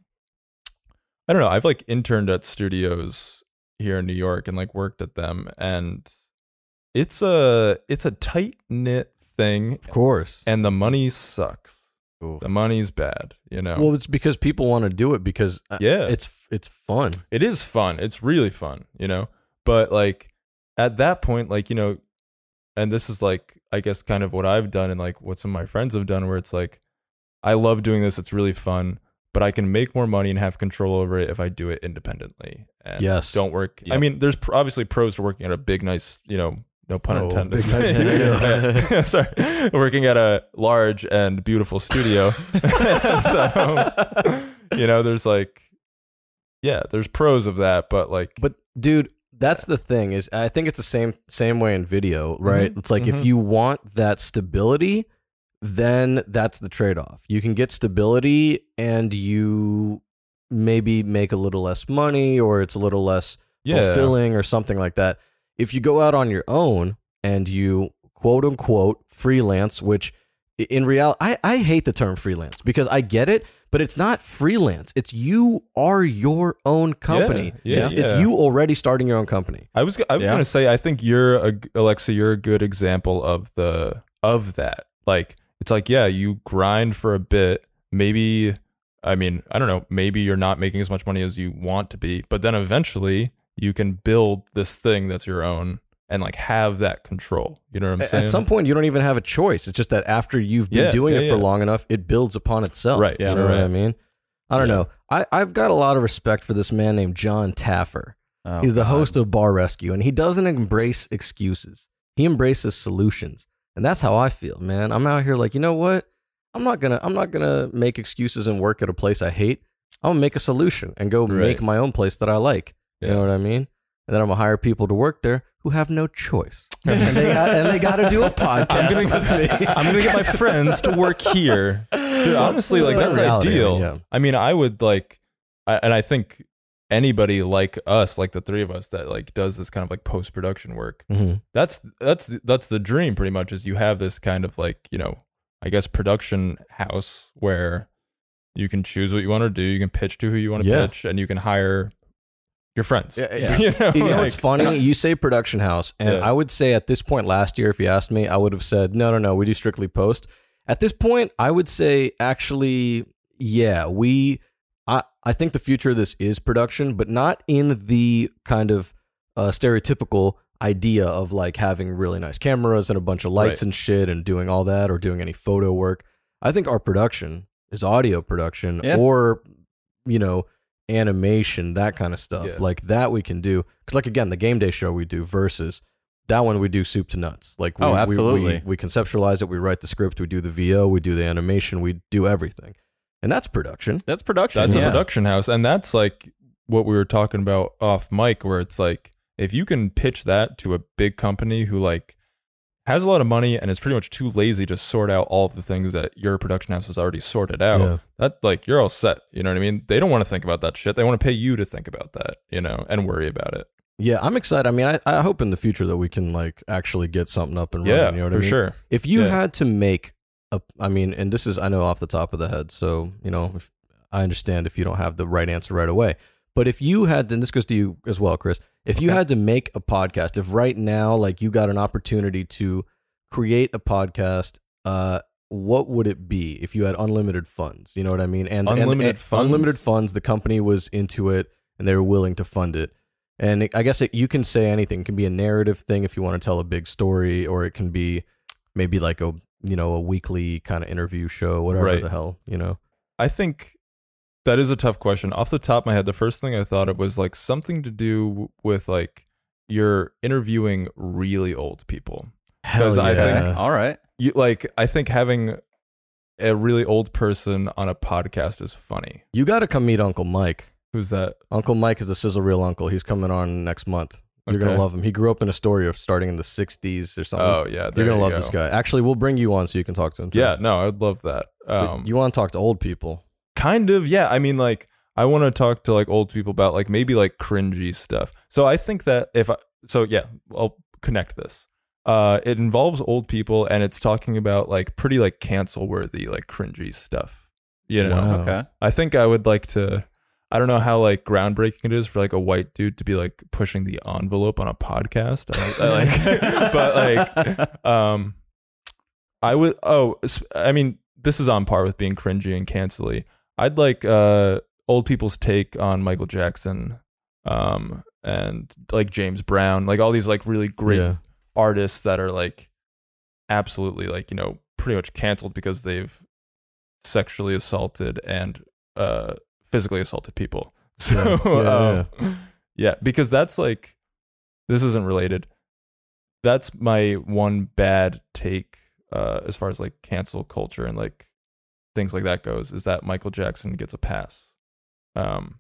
I don't know. I've like interned at studios here in New York and like worked at them, and it's a it's a tight knit thing, of course. and the money sucks. Oof. The money's bad. You know. Well, it's because people want to do it because uh, Yeah. it's it's fun. it is fun. It's really fun, you know. But like at that point, like you know, and this is like I guess kind of what I've done and like what some of my friends have done, where it's like I love doing this. It's really fun, but I can make more money and have control over it if I do it independently. And Yes. don't work. I Yep. mean, there's pr- obviously pros to working at a big, nice, you know. No pun Oh, intended. big, nice studio. Sorry, working at a large and beautiful studio. And, um, you know, there's like, yeah, there's pros of that, but like, But dude, that's the thing is I think it's the same same way in video, right? It's like if mhm. you want that stability, then that's the trade-off. You can get stability and you maybe make a little less money or it's a little less fulfilling or something like that. If you go out on your own and you quote unquote freelance, which i- in reality, I, I hate the term freelance because I get it, but it's not freelance. It's you are your own company. yeah, it's, it's yeah. you already starting your own company. I was, I was Yeah. gonna say, I think you're a, Alexa, you're a good example of the of that. Like, it's like, yeah, you grind for a bit. Maybe, I mean, I don't know. Maybe you're not making as much money as you want to be, but then eventually you can build this thing that's your own and like have that control. You know what I'm A- saying? At some point, you don't even have a choice. It's just that after you've been Yeah, doing yeah, it for yeah. long enough, it builds upon itself. Right, You yeah, know what right. I mean? I don't Yeah. know. I, I've got a lot of respect for this man named John Taffer. Oh, He's the God. host of Bar Rescue, and he doesn't embrace excuses. He embraces solutions, and that's how I feel, man. I'm out here like, you know what? I'm not gonna, I'm not gonna make excuses and work at a place I hate. I'm gonna make a solution and go Right. make my own place that I like. You Yeah. know what I mean? And then I'm gonna hire people to work there who have no choice, and they got, and they got to do a podcast I'm gonna, with me. I'm gonna get my friends to work here. Dude, honestly, like Well, that's reality, I mean, ideal. yeah. I mean, I would like, I, and I think anybody like us, like the three of us, that like does this kind of like post production work. Mhm. That's that's that's the dream, pretty much. Is you have this kind of like you know, I guess production house where you can choose what you want to do, you can pitch to who you want to Yeah. pitch, and you can hire your friends. Yeah, You know, You know like- what's funny? You say production house, and Yeah. I would say at this point last year, if you asked me, I would have said no, no, no. We do strictly post. At this point, I would say actually, yeah, we. I I think the future of this is production, but not in the kind of uh, stereotypical idea of like having really nice cameras and a bunch of lights Right. and shit and doing all that or doing any photo work. I think our production is audio production Yeah. or you know animation that kind of stuff Yeah. like that we can do because like again the game day show we do versus that one we do soup to nuts like we, Oh, we- we- absolutely. we, conceptualize it we write the script we do the vo we do the animation we do everything and that's production That's production. That's yeah. a production house, and that's like what we were talking about off mic, where it's like if you can pitch that to a big company who like has a lot of money and is pretty much too lazy to sort out all of the things that your production house has already sorted out. Yeah. That like you're all set. You know what I mean? They don't want to think about that shit. They want to pay you to think about that. You know, and worry about it. yeah i'm excited i mean i, I hope in the future that we can like actually get something up and running yeah, you know what for i mean sure. If you Yeah. had to make a, I mean, and this is I know off the top of the head, so you know, if, I understand if you don't have the right answer right away. But if you had, and this goes to you as well, Chris. If you had to make a podcast, if right now, like you got an opportunity to create a podcast, uh, what would it be if you had unlimited funds? You know what I mean? And and- Unlimited and funds? unlimited funds. The company was into it, and they were willing to fund it. And it, I guess it, you can say anything. It can be a narrative thing if you want to tell a big story, or it can be maybe like a you know a weekly kind of interview show, whatever Right. the hell you know. I think that is a tough question. Off the top of my head, the first thing I thought of was like something to do with like you're interviewing really old people. Because I Okay. think- All right. you like i think having a really old person on a podcast is funny you got to come meet Uncle Mike. who's that Uncle Mike is the sizzle reel uncle. He's coming on next month. You're Okay. gonna love him. He grew up in Astoria, starting in the '60s or something. oh yeah there You're gonna you love go. this guy. Actually, we'll bring you on so you can talk to him. too. yeah no i would love that But um you want to talk to old people? kind of yeah i mean like i want to talk to like old people about like maybe like cringy stuff so i think that if i so yeah i'll connect this uh it involves old people and it's talking about like pretty like cancel worthy like cringy stuff you know Wow. Okay. I think I would like to. I don't know how like groundbreaking it is for like a white dude to be like pushing the envelope on a podcast. I, I like, but like, um, I would. Oh, s- I mean, this is on par with being cringy and cancelly. I'd like uh old people's take on Michael Jackson, um, and like James Brown, like all these like really great Yeah. artists that are like absolutely like you know pretty much canceled because they've sexually assaulted and uh physically assaulted people so Yeah, yeah, um, yeah. because that's like this isn't related that's my one bad take uh as far as like cancel culture and like things like that goes is that michael jackson gets a pass um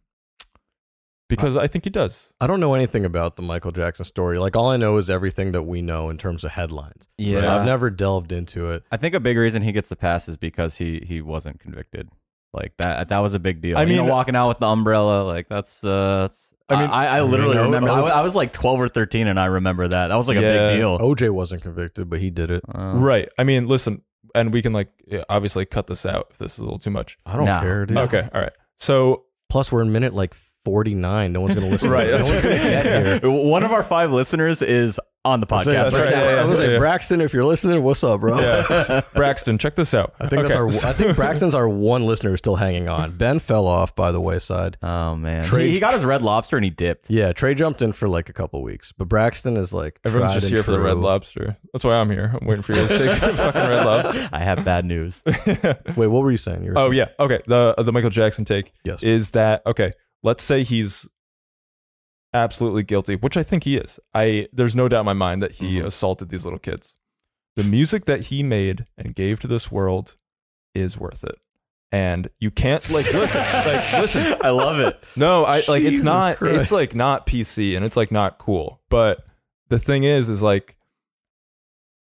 because i think he does I don't know anything about the Michael Jackson story. Like all I know is everything that we know in terms of headlines. Yeah. I've never delved into it. I think a big reason he gets the pass is because he he wasn't convicted. Like that that was a big deal. I I mean, mean- walking out with the umbrella, like that's uh, that's. I mean, I, I literally you know, remember. I oh. was, I was like twelve or thirteen, and I remember that. That was like a Yeah. big deal. OJ wasn't convicted, but he did it. Uh, right i mean listen and we can like obviously cut this out if this is a little too much I don't Nah. care, dude. Okay, all right. So Plus, we're in minute like 49. No one's gonna listen. Right, To it. that's no one's gonna right. get here. One of our five listeners is on the I podcast. was gonna right. say- Yeah, yeah, I was yeah, like, yeah. Braxton, if you're listening, what's up, bro? Yeah. uh, Braxton, check this out. I think Okay. that's our. I think Braxton's our one listener who's still hanging on. Ben fell off by the wayside. Oh man, Trey- he, he got his red lobster and he dipped. Yeah, Trey jumped in for like a couple weeks, but Braxton is like Everyone's tried just and here for the red true. lobster. That's why I'm here. I'm waiting for you guys to take a fucking red lobster. I have bad news. Wait, what were you saying? You were Oh saying- yeah. Okay. The the Michael Jackson take Yes. is that okay? Let's say he's absolutely guilty, which I think he is. I there's no doubt in my mind that he Mm-hmm. assaulted these little kids. The music that he made and gave to this world is worth it. And you can't like listen, like listen. I love it. No, I like it's Jesus not Christ. it's like not PC and it's like not cool. But the thing is is like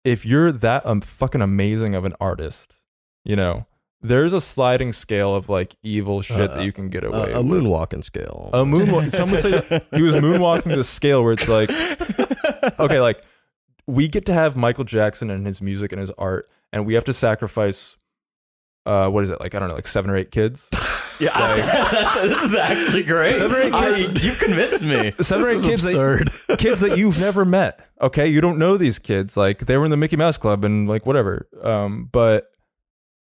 if you're that um, fucking amazing of an artist, you know, there's a sliding scale of like evil shit Uh, that you can get Uh, away a with. moonwalking scale. A moonwalk. Some would say that he was moonwalking to the scale where it's like, okay, like we get to have Michael Jackson and his music and his art, and we have to sacrifice, uh, what is it? Like I don't know, like seven or eight kids. Yeah, I- that's- this is actually great. Seven or eight I- kids. you've convinced me. Seven or eight is kids that- absurd. kids that you've never met. Okay, you don't know these kids. Like they were in the Mickey Mouse Club and like whatever. Um, but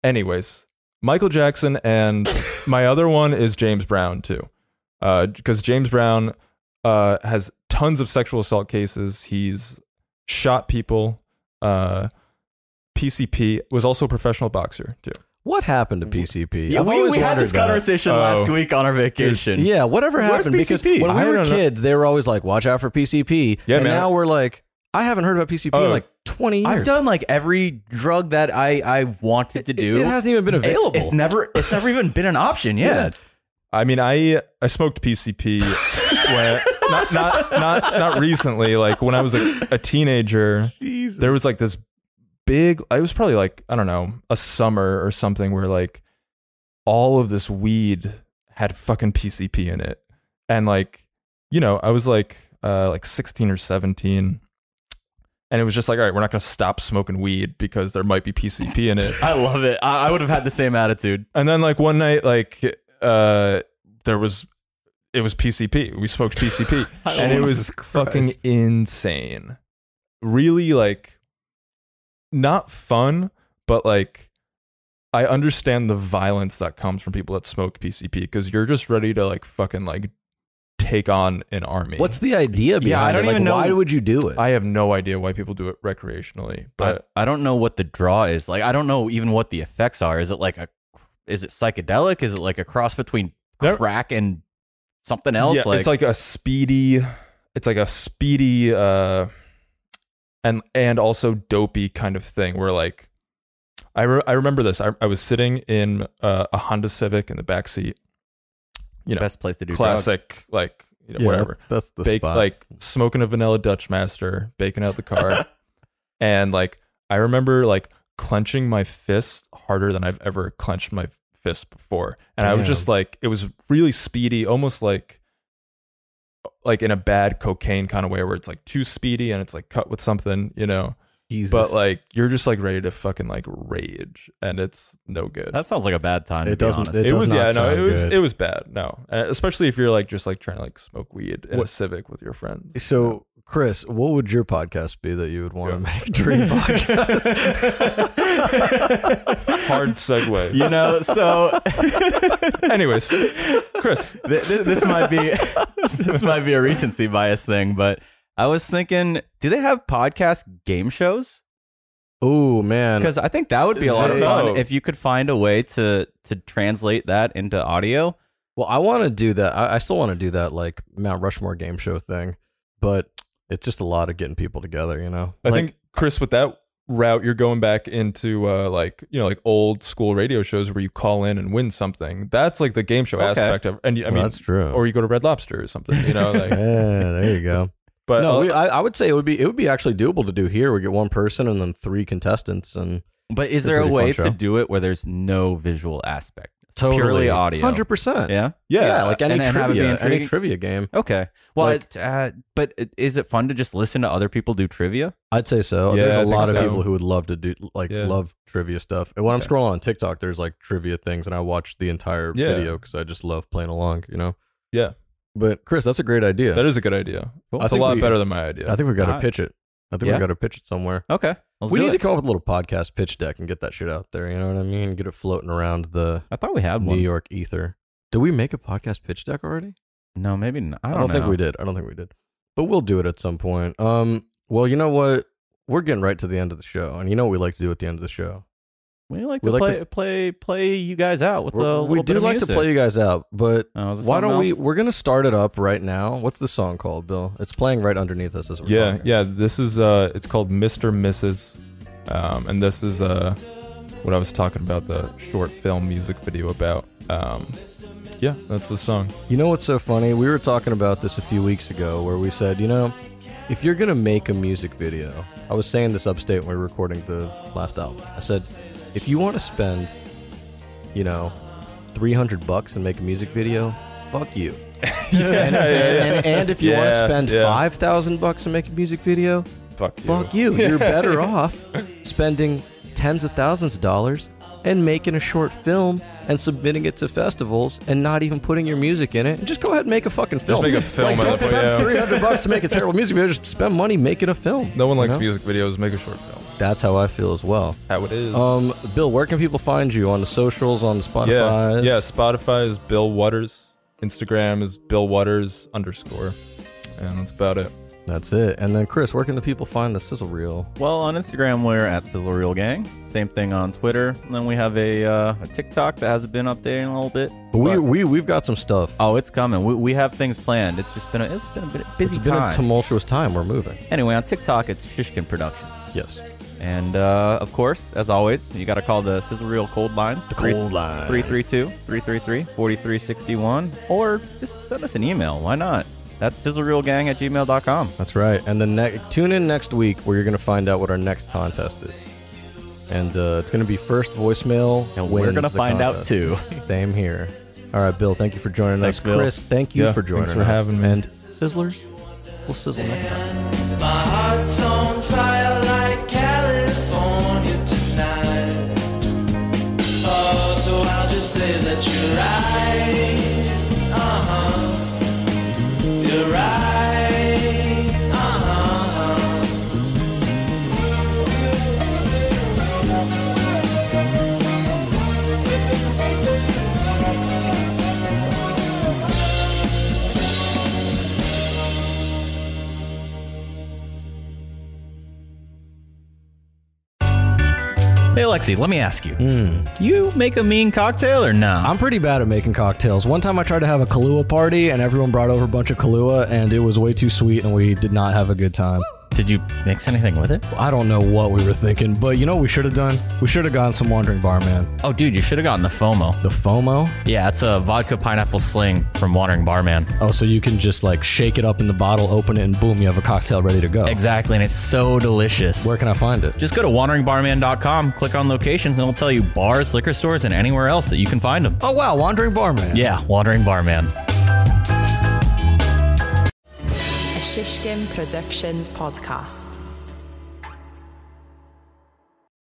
anyways, Michael Jackson and my other one is James Brown too, because James Brown uh, has tons of sexual assault cases. He's shot people. Uh, PCP was also a professional boxer too. what happened to PCP? Yeah, I've we, always we had wondered this that. conversation last Oh. week on our vacation. Yeah, whatever Where's happened because PCP? when I we were don't know. kids, they were always like, "Watch out for PCP." Yeah, and man. now we're like, I haven't heard about PCP Oh. in like twenty years. I've done like every drug that I I wanted to It- do. It, hasn't even been It's- available. It's, never it's never even been an option. Yeah. I mean, I I smoked PCP when, not not not not recently. Like when I was a, a teenager, there was like this big. It was probably like I don't know a summer or something where like all of this weed had fucking PCP in it, and like you know I was like uh like sixteen or seventeen. And it was just like, all right, we're not going to stop smoking weed because there might be PCP in it. I love it. I, I would have had the same attitude. And then like one night, like uh there was it was PCP. We smoked PCP. I and it love was Jesus fucking Christ. insane. Really like not fun, but like I understand the violence that comes from people that smoke PCP because you're just ready to like fucking like take on an army. What's the idea behind I don't it? Like, even know- Why would you do it? I have no idea why people do it recreationally, but I, I don't know what the draw is. Like I don't know even what the effects are. Is it like a is it psychedelic? Is it like a cross between There- crack and something else? Yeah, it's like a speedy, it's like a speedy, uh, and and also dopey kind of thing. Where like, I re- I remember this. I, I was sitting in uh, a Honda Civic in the back seat, you know, best place to do classic like you know Yeah, whatever, That's the Bake, spot. like smoking a vanilla Dutch Master, baking out the car, and like I remember like clenching my fist harder than I've ever clenched my fist before, and I was Damn. just like, it was really speedy, almost like like in a bad cocaine kind of way where it's like too speedy and it's like cut with something, you know. Jesus. But like you're just like ready to fucking like rage, and it's no good. That sounds like a bad time. It to be doesn't- honest. it- does was not yeah no sound it was good. it was bad no and especially if you're like just like trying to like smoke weed in a What- civic with your friends you know? so, Chris, what would your podcast be that you would want to Yeah. make dream podcast? hard segue. you know, so Anyways, Chris, th- th- this might be this might be a recency bias thing, but I was thinking, do they have podcast game shows? oh man, Because I think that would be a lot of They- fun No. if you could find a way to to translate that into audio. well, I want to do that. I, I still want to do that like Mount Rushmore game show thing, but it's just a lot of getting people together. You know, I Like, think Chris with that route you're going back into uh like you know like old school radio shows where you call in and win something. That's like the game show Okay. aspect of and you- I well, mean that's true. or you go to Red Lobster or something, you know yeah, like there you go. but no, uh, we, I, I would say it would be it would be actually doable to do here. We get one person and then three contestants, and But is It's a there a pretty fun way show. to do it where there's no visual aspect? Purely audio. hundred percent. Yeah. yeah, like any and then have it be trivia, any intriguing. trivia game. Okay. Well, Like- it, uh, but it- is it fun to just listen to other people do trivia? I'd say so. Yeah, there's I a think lot of so. people who would love to do like Yeah. love trivia stuff. And when I'm Yeah. scrolling on TikTok, there's like trivia things, and I watch the entire Yeah. video because I just love playing along. You know. Yeah. But Chris, that's a great idea. that is a good idea. Cool. I It's a think lot we- better than my idea. I think we've got to Alright. pitch it. I think Yeah. we got to pitch it somewhere. Okay. Let's we do need it. to come up with a little podcast pitch deck and get that shit out there. You know what I mean? Get it floating around the I thought we had New one. York ether. Did we make a podcast pitch deck already? No, maybe not. I don't, think know. we did. I don't think we did. But we'll do it at some point. Um. Well, you know what? We're getting right to the end of the show, and you know what we like to do at the end of the show. We like We to like play, to- play play you guys out with a We're- little We do bit of like to music. play you guys out, but Oh, is it why something don't we? else? We're gonna start it up right now. What's the song called, Bill? It's playing right underneath us as we're Yeah, talking. yeah. This is uh, it's called Mr. Mrs. Um, and this is uh, what I was talking about the short film music video about. Um, yeah, that's the song. You know what's so funny? We were talking about this a few weeks ago where we said, you know, if you're going to make a music video, I was saying this upstate when we were recording the last album. I said, if you want to spend, you know, 300 bucks and make a music video, fuck you. and, and, and if you want to Yeah, spend yeah. 5,000 bucks and make a music video, Fuck you. fuck you. You're better off spending tens of thousands of dollars and making a short film and submitting it to festivals and not even putting your music in it. And just go ahead and make a fucking film. make a film Like, out don't of it, spend yeah. 300 bucks to make a terrible music video. Just spend money making a film. No one likes You know? music videos. Make a short film. That's how I feel as well. How it is. Um, Bill, where can people find you on the socials, on the yeah, Spotify? yeah. Spotify is Bill Waters. Instagram is Bill Waters underscore, and that's about it. That's it. And then Chris, where can the people find the sizzle reel? Well, on Instagram, we're at Sizzle Reel Gang. Same thing on Twitter. And then we have a, uh, a TikTok that hasn't been updated in a little bit. We But- we we've got some stuff. oh, it's coming. We, we have things planned. It's just been a, it's been a bit, busy it's been time. a tumultuous time. We're moving. anyway, on TikTok, it's Shishkin Productions. Yes. And uh, of course, as always, you got to call the Sizzle Reel Cold Line. The cold line. 332 333 4361. Or just send us an email. Why not? That's sizzlereelgang at gmail.com. That's right. And the ne- tune in next week where you're going to find out what our next contest is. And uh, it's going to be first voicemail. And we're wins going to the find out contest. too. Same here. All right, Bill, thank you for joining Thanks, us. Bill. Chris, thank you Yeah, for joining thanks for us. having me. And Sizzlers, we'll sizzle next time. My heart's on fire like California tonight. Oh, so I'll just say that you're right. Uh huh. You're right. Uh huh. Hey, Lexi, let me ask you. You make a mean cocktail or no? I'm pretty bad at making cocktails. One time I tried to have a Kahlua party and everyone brought over a bunch of Kahlua and it was way too sweet and we did not have a good time. Did you mix anything with it? I don't know what we were thinking, but you know what we should have done? We should have gone some wandering barman. Oh, dude, you should have gotten the FOMO. The FOMO? Yeah, it's a vodka pineapple sling from Wandering Barman. Oh, so you can just like shake it up in the bottle, open it, and boom, you have a cocktail ready to go. Exactly, and it's so delicious. Where can I find it? Just go to wanderingbarman.com, click on locations, and it'll tell you bars, liquor stores, and anywhere else that you can find them. Oh wow, wandering barman. Yeah, Wandering Barman. A Shishkin Productions podcast.